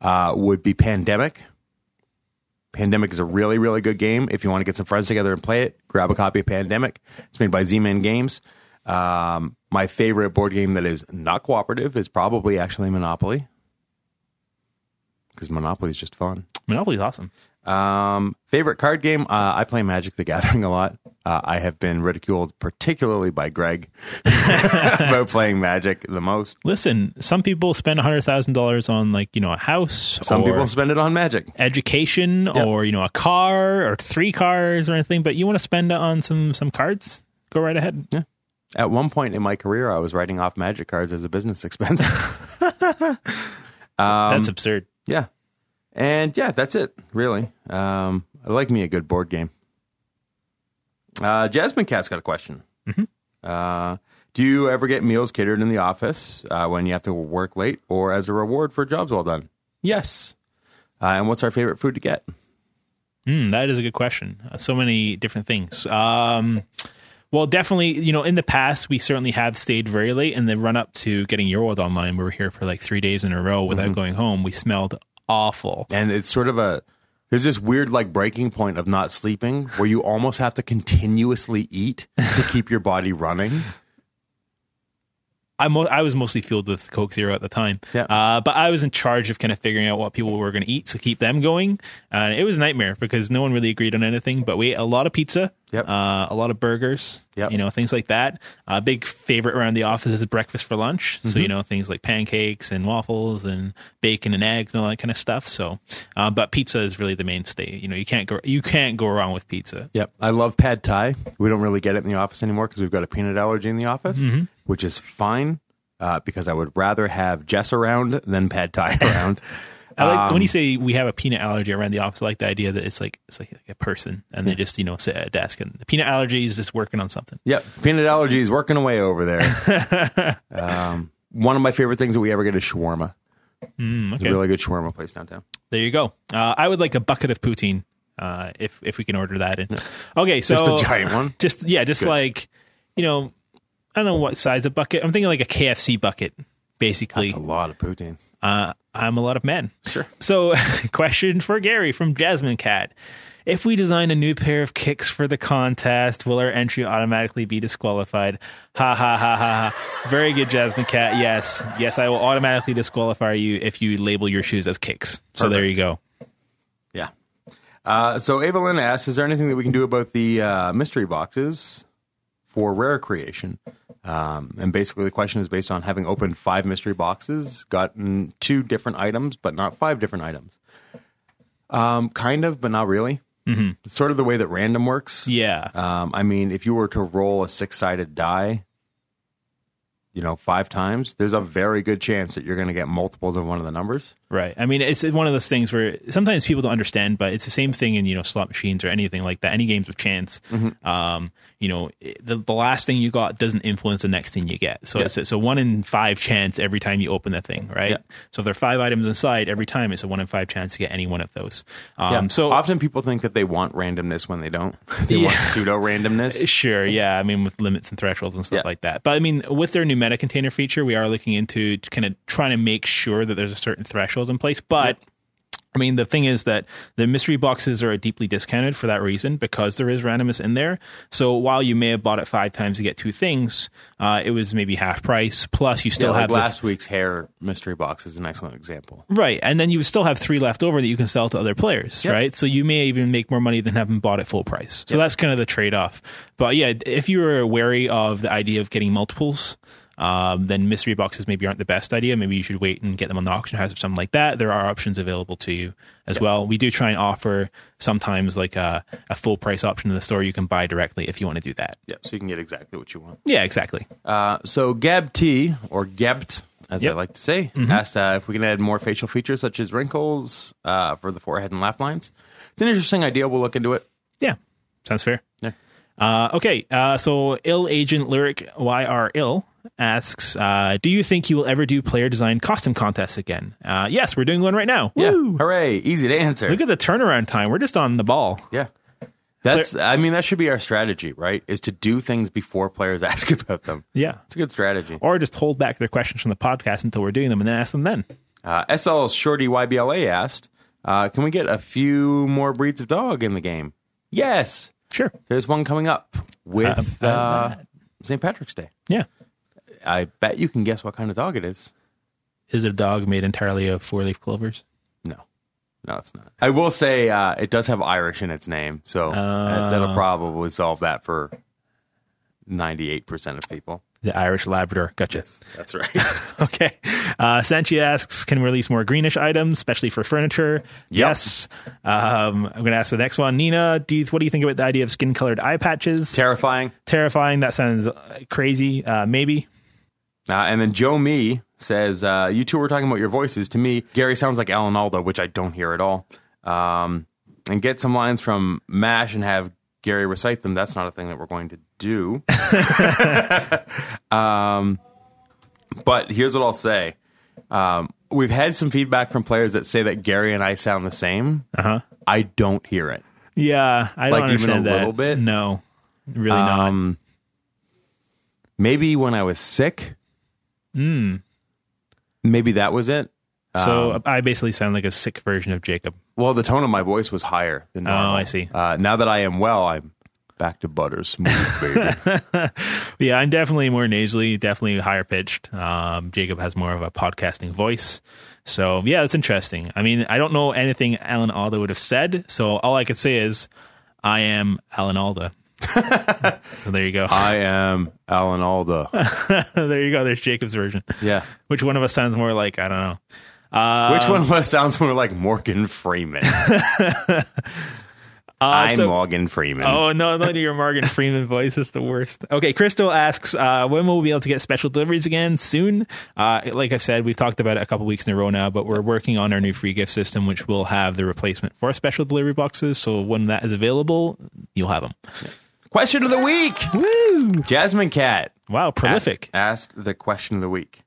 Speaker 1: uh, would be Pandemic. Pandemic is a really, really good game. If you want to get some friends together and play it, grab a copy of Pandemic. It's made by Z-Man Games. Um, my favorite board game that is not cooperative is probably actually Monopoly, because Monopoly is just fun.
Speaker 2: Monopoly's awesome.
Speaker 1: Um, favorite card game? Uh, I play Magic the Gathering a lot. Uh, I have been ridiculed, particularly by Greg, (laughs) about playing Magic the most.
Speaker 2: Listen, some people spend hundred thousand dollars on like you know a house,
Speaker 1: Some
Speaker 2: or
Speaker 1: people spend it on Magic.
Speaker 2: education, or you know a car or three cars or anything. But you want to spend it on some some cards? Go right ahead.
Speaker 1: At one point in my career, I was writing off Magic cards as a business (laughs) expense. Um,
Speaker 2: that's absurd.
Speaker 1: yeah, and yeah, that's it. Really, um, I like me a good board game. Uh, Jasmine Cat's got a question. Uh, do you ever get meals catered in the office uh, when you have to work late, or as a reward for jobs well done? Yes. Uh, and what's our favorite food to get?
Speaker 2: Hmm, that is a good question. Uh, So many different things. Um, well, definitely, you know, in the past, we certainly have stayed very late in the run up to getting Your World Online. We were here for like three days in a row without going home. We smelled awful.
Speaker 1: And it's sort of a there's this weird like breaking point of not sleeping where you almost have to continuously eat to keep your body running.
Speaker 2: I, mo- I was mostly fueled with Coke Zero at the time.
Speaker 1: Yeah.
Speaker 2: Uh, but I was in charge of kind of figuring out what people were going to eat to keep them going. Uh, it was a nightmare because no one really agreed on anything, but we ate a lot of pizza,
Speaker 1: Yep.
Speaker 2: uh, a lot of burgers,
Speaker 1: Yep.
Speaker 2: you know, things like that. A big favorite around the office is breakfast for lunch.
Speaker 1: Mm-hmm.
Speaker 2: So, you know, things like pancakes and waffles and bacon and eggs and all that kind of stuff. So, uh, but pizza is really the mainstay. You know, you can't go, you can't go wrong with pizza.
Speaker 1: Yep. I love pad thai. We don't really get it in the office anymore because we've got a peanut allergy in the office, which is fine uh, because I would rather have Jess around than pad thai (laughs) around.
Speaker 2: I like
Speaker 1: Um,
Speaker 2: when you say we have a peanut allergy around the office. I like the idea that it's like it's like a person, and they just you know sit at a desk, and the peanut allergy is just working on something.
Speaker 1: Yep, peanut allergy is working away over there. um, one of my favorite things that we ever get is shawarma. It's
Speaker 2: okay.
Speaker 1: a really good shawarma place downtown.
Speaker 2: There you go. Uh, I would like a bucket of poutine uh, if if we can order that in. Okay, so
Speaker 1: Just a giant
Speaker 2: (laughs)
Speaker 1: one?
Speaker 2: Just yeah, just like you know, I don't know what size of bucket. I'm thinking like a KFC bucket, basically.
Speaker 1: It's a lot of poutine.
Speaker 2: uh, I'm a lot of men.
Speaker 1: Sure.
Speaker 2: So, (laughs) question for Gary from Jasmine Cat. If we design a new pair of kicks for the contest, will our entry automatically be disqualified? Ha ha ha ha ha. Very good, Jasmine Cat. Yes. Yes, I will automatically disqualify you if you label your shoes as kicks. So there you go.
Speaker 1: Yeah. Uh, so Evelyn asks, is there anything that we can do about the uh, mystery boxes for rare creation? Um, and basically, the question is based on having opened five mystery boxes, gotten two different items, but not five different items. Um, kind of, but not really. Mm-hmm. It's sort of the way that random works.
Speaker 2: Yeah.
Speaker 1: Um, I mean, if you were to roll a six sided die, you know, five times, there's a very good chance that you're going to get multiples of one of the numbers.
Speaker 2: Right. I mean, it's one of those things where sometimes people don't understand, but it's the same thing in you know slot machines or anything like that. Any games of chance, um, you know, it- the, the last thing you got doesn't influence the next thing you get. So it's, it's a one in five chance every time you open the thing, right?
Speaker 1: Yeah.
Speaker 2: So if there are five items inside, every time it's a one in five chance to get any one of those. Um, So
Speaker 1: So often people think that they want randomness when they don't. (laughs) they
Speaker 2: Yeah.
Speaker 1: want pseudo (laughs) randomness.
Speaker 2: Sure, yeah. I mean, with limits and thresholds and stuff
Speaker 1: Yeah.
Speaker 2: like that. But I mean, with their new meta container feature, we are looking into kind of trying to make sure that there's a certain threshold in place. But I mean, the thing is that the mystery boxes are deeply discounted for that reason because there is randomness in there. So while you may have bought it five times to get two things, uh, it was maybe half price. Plus, you still
Speaker 1: like
Speaker 2: have the-
Speaker 1: last week's hair mystery box is an excellent example.
Speaker 2: Right. And then you still have three left over that you can sell to other players, right? So you may even make more money than having bought at full price. So that's kind of the trade off. But yeah, if you were wary of the idea of getting multiples, um, then mystery boxes maybe aren't the best idea. Maybe you should wait and get them on the auction house or something like that. There are options available to you as well. We do try and offer sometimes like a, a full price option in the store you can buy directly if you want to do that.
Speaker 1: Yeah, so you can get exactly what you want.
Speaker 2: Yeah, exactly.
Speaker 1: Uh, so Gab T or Gebt, as
Speaker 2: Yep.
Speaker 1: I like to say, asked uh, if we can add more facial features such as wrinkles uh, for the forehead and laugh lines. It's an interesting idea. We'll look into it.
Speaker 2: Yeah, sounds fair.
Speaker 1: Yeah.
Speaker 2: Uh, okay, uh, so ill agent lyric YR ill asks, uh, do you think you will ever do player design costume contests again? Uh, yes, we're doing one right now.
Speaker 1: Yeah,
Speaker 2: Woo!
Speaker 1: hooray! Easy to answer.
Speaker 2: Look at the turnaround time. We're just on the ball.
Speaker 1: yeah, that's. I mean, that should be our strategy, right? Is to do things before players (laughs) ask about them.
Speaker 2: Yeah.
Speaker 1: It's a good strategy.
Speaker 2: Or just hold back their questions from the podcast until we're doing them and then ask them then.
Speaker 1: Uh, SL Shorty YBLA asked, uh, "Can we get a few more breeds of dog in the game?" Yes,
Speaker 2: Sure.
Speaker 1: there's one coming up with
Speaker 2: Uh, uh,
Speaker 1: uh, St. Patrick's Day.
Speaker 2: Yeah.
Speaker 1: I bet you can guess what kind of dog it is.
Speaker 2: Is it a dog made entirely of four leaf clovers?
Speaker 1: No, no, it's not. I will say uh, it does have Irish in its name, so that, that'll probably solve that for ninety-eight percent of people.
Speaker 2: The Irish Labrador. Gotcha.
Speaker 1: That's right.
Speaker 2: (laughs) Okay. Uh, Sanchi asks, can we release more greenish items, especially for furniture? Yes. Um, I'm going to ask the next one. Nina, do you, what do you think about the idea of skin colored eye
Speaker 1: (laughs)
Speaker 2: patches?
Speaker 1: Terrifying.
Speaker 2: Terrifying. That sounds uh, crazy. Uh, maybe.
Speaker 1: Uh, and then Joe Me says, uh, "You two were talking about your voices. To me, Gary sounds like Alan Alda, which I don't hear at all. Um, and get some lines from Mash and have Gary recite them. That's not a thing that we're going to do. um, but here's what I'll say." Um, we've had some feedback from players that say that Gary and I sound the same. Uh-huh. I don't hear it.
Speaker 2: Yeah. I
Speaker 1: Like, even
Speaker 2: don't understand
Speaker 1: a
Speaker 2: that.
Speaker 1: little bit?
Speaker 2: No. Really not.
Speaker 1: Um, maybe when I was sick. Maybe that was it. Uh,
Speaker 2: So I basically sound like a sick version of Jacob.
Speaker 1: Well, the tone of my voice was higher than normal.
Speaker 2: Oh, I see.
Speaker 1: Uh, now that I am well, I'm back to butter smooth,
Speaker 2: (laughs)
Speaker 1: baby.
Speaker 2: Yeah, I'm definitely more nasally, definitely higher pitched. Um, Jacob has more of a podcasting voice. So, yeah, that's interesting. I mean, I don't know anything Alan Alda would have said. So, all I could say is, I am Alan Alda. so, there you go. (laughs)
Speaker 1: I am Alan Alda.
Speaker 2: there you go. There's Jacob's version.
Speaker 1: Yeah.
Speaker 2: Which one of us sounds more like, I don't know.
Speaker 1: Which
Speaker 2: Um,
Speaker 1: one of us sounds more like Morgan
Speaker 2: (laughs)
Speaker 1: Freeman? I'm
Speaker 2: Uh, so-
Speaker 1: Morgan Freeman.
Speaker 2: Oh no, no, your Morgan Freeman voice is the worst. Okay, Crystal asks, uh, when will we be able to get special deliveries again? Soon. Uh, like I said, we've talked about it a couple weeks in a row now, but we're working on our new free gift system, which will have the replacement for special delivery boxes. So when that is available, you'll have them.
Speaker 1: Question of the week. Woo! Jasmine Cat
Speaker 2: Wow, prolific.
Speaker 1: asked the question of the week.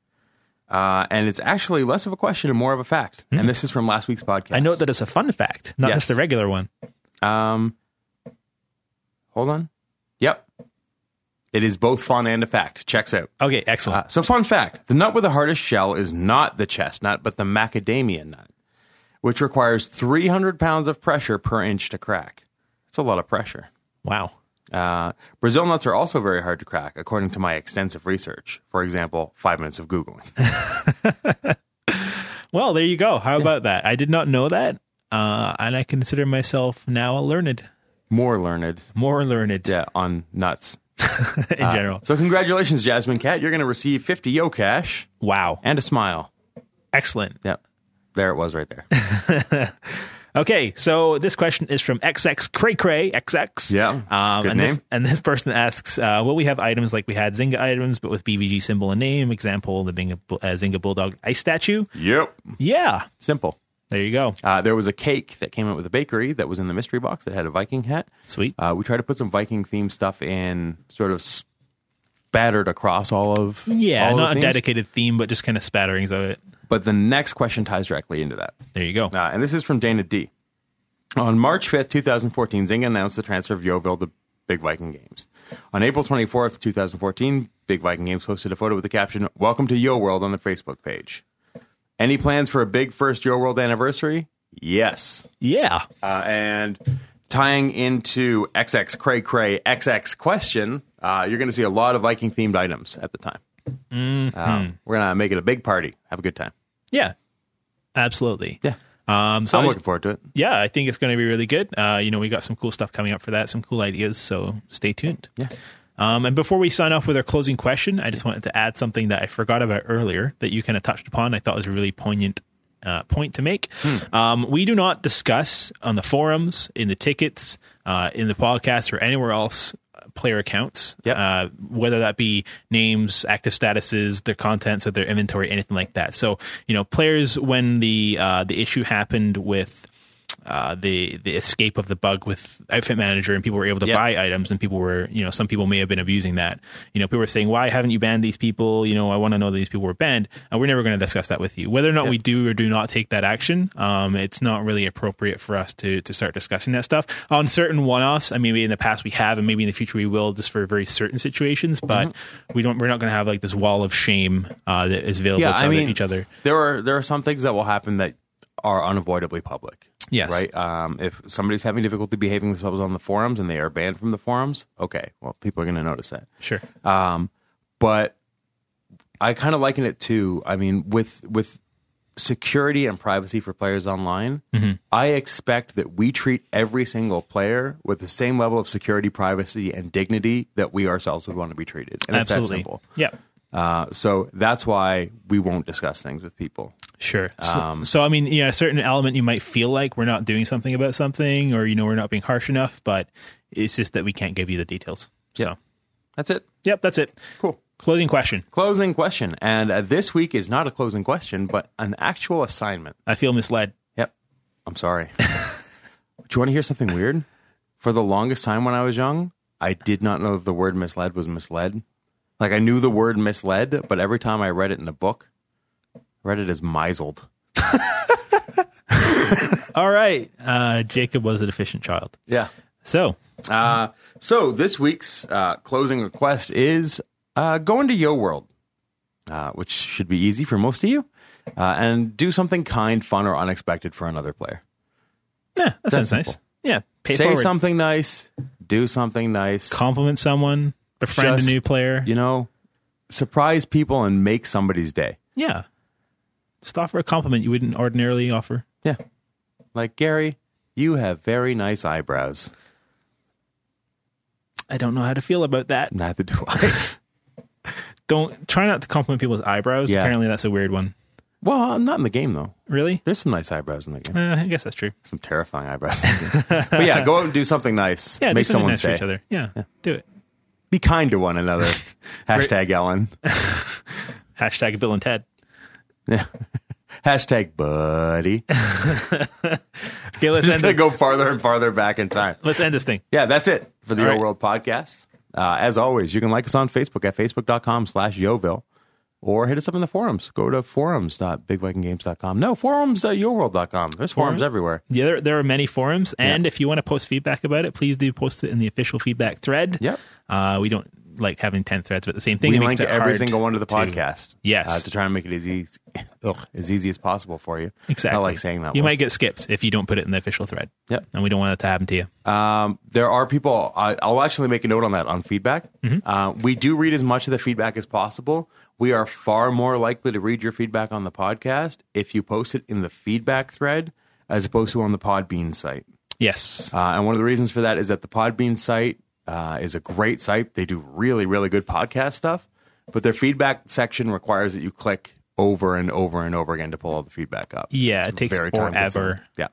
Speaker 1: Uh, and it's actually less of a question and more of a fact. And this is from last week's podcast.
Speaker 2: Hmm. I note that it's a fun fact, not
Speaker 1: Yes.
Speaker 2: just the regular one.
Speaker 1: Um, hold on. Yep. It is both fun and a fact. Checks out.
Speaker 2: Okay, excellent.
Speaker 1: Uh, so, fun fact the nut with the hardest shell is not the chestnut, but the macadamia nut, which requires 300 pounds of pressure per inch to crack. That's a lot of pressure.
Speaker 2: wow.
Speaker 1: Uh, Brazil nuts are also very hard to crack, according to my extensive research. For example, five minutes of Googling. (laughs)
Speaker 2: Well, there you go. How about that? I did not know that. Uh, and I consider myself now learned,
Speaker 1: More learned
Speaker 2: more learned
Speaker 1: yeah, Uh, on nuts.
Speaker 2: (laughs) in general.
Speaker 1: So, congratulations, Jasmine Cat. You're going to receive 50 yo cash
Speaker 2: Wow.
Speaker 1: and a smile.
Speaker 2: Excellent. (laughs)
Speaker 1: Yep. There it was right there.
Speaker 2: Okay, so this question is from XX Cray Cray XX.
Speaker 1: Yeah,
Speaker 2: um,
Speaker 1: good
Speaker 2: and This,
Speaker 1: name.
Speaker 2: and this person asks, uh, "Will we have items like we had Zynga items, but with BVG symbol and name? Example, the Binga, uh, Zynga Bulldog ice statue."
Speaker 1: Yep.
Speaker 2: Yeah,
Speaker 1: Simple.
Speaker 2: there you go.
Speaker 1: Uh, there was a cake that came out with a bakery that was in the mystery box that had a Viking hat.
Speaker 2: Sweet.
Speaker 1: Uh, we tried to put some Viking themed stuff in, sort of spattered across all of
Speaker 2: Yeah,
Speaker 1: all of the
Speaker 2: not a
Speaker 1: themes.
Speaker 2: dedicated theme, but just kind of spatterings of it.
Speaker 1: But the next question ties directly into that.
Speaker 2: There you go.
Speaker 1: Uh, and this is from Dana D. On March 5th, 2014, Zynga announced the transfer of Yeovil to Big Viking Games. On April 24th, 2014, Big Viking Games posted a photo with the caption, Welcome to Yo World on the Facebook page. Any plans for a big first Yo World anniversary? Yes.
Speaker 2: Yeah,
Speaker 1: Uh, and tying into XX Cray Cray XX question, uh, you're going to see a lot of Viking themed items at the time. Um, we're going to make it a big party. Have a good time.
Speaker 2: yeah, absolutely.
Speaker 1: Yeah.
Speaker 2: Um, so
Speaker 1: I'm
Speaker 2: I-
Speaker 1: looking forward to it.
Speaker 2: yeah, I think it's going to be really good. Uh, you know, we got some cool stuff coming up for that, some cool ideas. So stay tuned.
Speaker 1: Yeah.
Speaker 2: Um, and before we sign off with our closing question, I just wanted to add something that I forgot about earlier that you kind of touched upon. I thought was a really poignant uh, point to make.
Speaker 1: Hmm.
Speaker 2: Um, we do not discuss on the forums, in the tickets, uh, in the podcast, or anywhere else uh, player accounts,
Speaker 1: Yep.
Speaker 2: uh, whether that be names, active statuses, their contents of their inventory, anything like that. So, you know, players when the uh, the issue happened with uh, the the escape of the bug with outfit manager and people were able to
Speaker 1: Yeah.
Speaker 2: buy items and people were you know some people may have been abusing that you know people were saying why haven't you banned these people you know I want to know that these people were banned and we're never going to discuss that with you whether or not we do or do not take that action um, it's not really appropriate for us to to start discussing that stuff on certain one offs I mean maybe in the past we have and maybe in the future we will just for very certain situations
Speaker 1: Mm-hmm.
Speaker 2: but we don't we're not going to have like this wall of shame uh, that is available to each other
Speaker 1: There are there are some things that will happen that are unavoidably public.
Speaker 2: Yes.
Speaker 1: Right. Um, if somebody's having difficulty behaving themselves on the forums and they are banned from the forums, okay, well, people are going to notice that.
Speaker 2: sure
Speaker 1: Um, but I kind of liken it to, I mean, with with security and privacy for players online,
Speaker 2: Mm-hmm.
Speaker 1: I expect that we treat every single player with the same level of security, privacy, and dignity that we ourselves would want to be treated. And it's that
Speaker 2: absolutely
Speaker 1: simple.
Speaker 2: yeah
Speaker 1: Uh, so that's why we won't discuss things with people.
Speaker 2: Sure. So, so, I mean, yeah, a certain element you might feel like we're not doing something about something, or you know, we're not being harsh enough, but it's just that we can't give you the details. So,
Speaker 1: That's it.
Speaker 2: yep, that's it.
Speaker 1: Cool.
Speaker 2: Closing question.
Speaker 1: Closing question. And uh, this week is not a closing question, but an actual assignment.
Speaker 2: I feel misled.
Speaker 1: Yep. I'm (laughs) sorry. Do you want to hear something weird? For the longest time when I was young, I did not know that the word misled was misled. Like I knew the word misled, but every time I read it in a book, I read it as misled.
Speaker 2: All right, uh, Jacob was a deficient child.
Speaker 1: Yeah.
Speaker 2: So,
Speaker 1: Uh, so this week's uh, closing request is uh, go into Yo World, uh, which should be easy for most of you, uh, and do something kind, fun, or unexpected for another player.
Speaker 2: yeah, that sounds
Speaker 1: simple.
Speaker 2: nice. Yeah, pay
Speaker 1: Say
Speaker 2: forward.
Speaker 1: something nice, do something nice.
Speaker 2: Compliment someone. Befriend
Speaker 1: Just-
Speaker 2: a new player.
Speaker 1: You know, surprise people and make somebody's day.
Speaker 2: Yeah. Just offer a compliment you wouldn't ordinarily offer.
Speaker 1: Yeah, like Gary, you have very nice eyebrows. (laughs)
Speaker 2: I don't know how to feel about that.
Speaker 1: Neither do I. (laughs)
Speaker 2: Don't try not to compliment people's eyebrows.
Speaker 1: Yeah.
Speaker 2: Apparently, that's a weird one.
Speaker 1: well, I'm not in the game though.
Speaker 2: Really?
Speaker 1: There's some nice eyebrows in the game.
Speaker 2: Uh, I guess that's true.
Speaker 1: Some terrifying eyebrows. in the game. but yeah, go out and do something nice.
Speaker 2: Yeah,
Speaker 1: make
Speaker 2: do
Speaker 1: someone
Speaker 2: something nice for
Speaker 1: day.
Speaker 2: each other. Yeah, do it.
Speaker 1: Be kind to one
Speaker 2: (laughs)
Speaker 1: another. Hashtag Ellen. (laughs)
Speaker 2: Hashtag Bill and Ted.
Speaker 1: Hashtag
Speaker 2: (laughs)
Speaker 1: buddy.
Speaker 2: Okay, let's
Speaker 1: Just
Speaker 2: end.
Speaker 1: gonna
Speaker 2: It.
Speaker 1: go farther and farther back in time.
Speaker 2: Let's end this thing.
Speaker 1: Yeah, that's it for the
Speaker 2: All
Speaker 1: Yo
Speaker 2: right.
Speaker 1: World podcast. Uh, as always, you can like us on Facebook at facebook.com slash Yoville or hit us up in the forums. Go to forums.bigvikinggames.com. No, forums.yoworld.com. There's forums
Speaker 2: Forum?
Speaker 1: everywhere.
Speaker 2: Yeah, there, there are many forums, and if you want to post feedback about it, please do post it in the official feedback thread.
Speaker 1: Yep.
Speaker 2: Uh, we don't like having ten threads, but the same thing.
Speaker 1: We
Speaker 2: It makes
Speaker 1: link
Speaker 2: it
Speaker 1: every
Speaker 2: hard
Speaker 1: single one to the
Speaker 2: to-
Speaker 1: podcast.
Speaker 2: Yes.
Speaker 1: Uh, to try and make it as easy, (laughs) ugh, as easy as possible for you.
Speaker 2: Exactly.
Speaker 1: I like saying that.
Speaker 2: You
Speaker 1: once.
Speaker 2: might get skipped if you don't put it in the official thread.
Speaker 1: Yep.
Speaker 2: And we don't want that to happen to you.
Speaker 1: Um, there are people. I, I'll actually make a note on that on feedback.
Speaker 2: Mm-hmm.
Speaker 1: Uh, we do read as much of the feedback as possible. We are far more likely to read your feedback on the podcast if you post it in the feedback thread as opposed to on the Podbean site.
Speaker 2: Yes.
Speaker 1: Uh, and one of the reasons for that is that the Podbean site uh, is a great site. They do really, really good podcast stuff, but their feedback section requires that you click over and over and over again to pull all the feedback up.
Speaker 2: Yeah,
Speaker 1: It's
Speaker 2: it takes
Speaker 1: time consuming.
Speaker 2: forever.
Speaker 1: Yeah.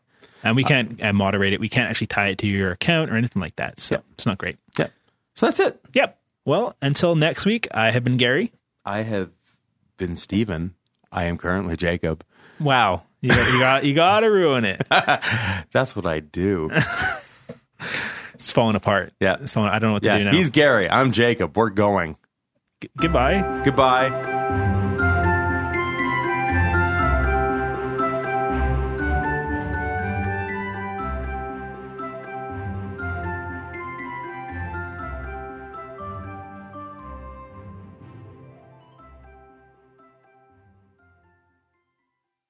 Speaker 2: and we can't uh, moderate it. We can't actually tie it to your account or anything like that. So it's not great.
Speaker 1: Yeah. So that's it.
Speaker 2: Yep. Well, until next week, I have been Gary.
Speaker 1: I have been Steven. I am currently Jacob.
Speaker 2: Wow, you got you got,
Speaker 1: (laughs)
Speaker 2: you got to ruin it.
Speaker 1: That's what I do.
Speaker 2: It's falling apart.
Speaker 1: Yeah.
Speaker 2: it's falling. I don't know what to do
Speaker 1: Yeah.
Speaker 2: now.
Speaker 1: He's Gary. I'm Jacob. We're going.
Speaker 2: G- goodbye.
Speaker 1: Goodbye.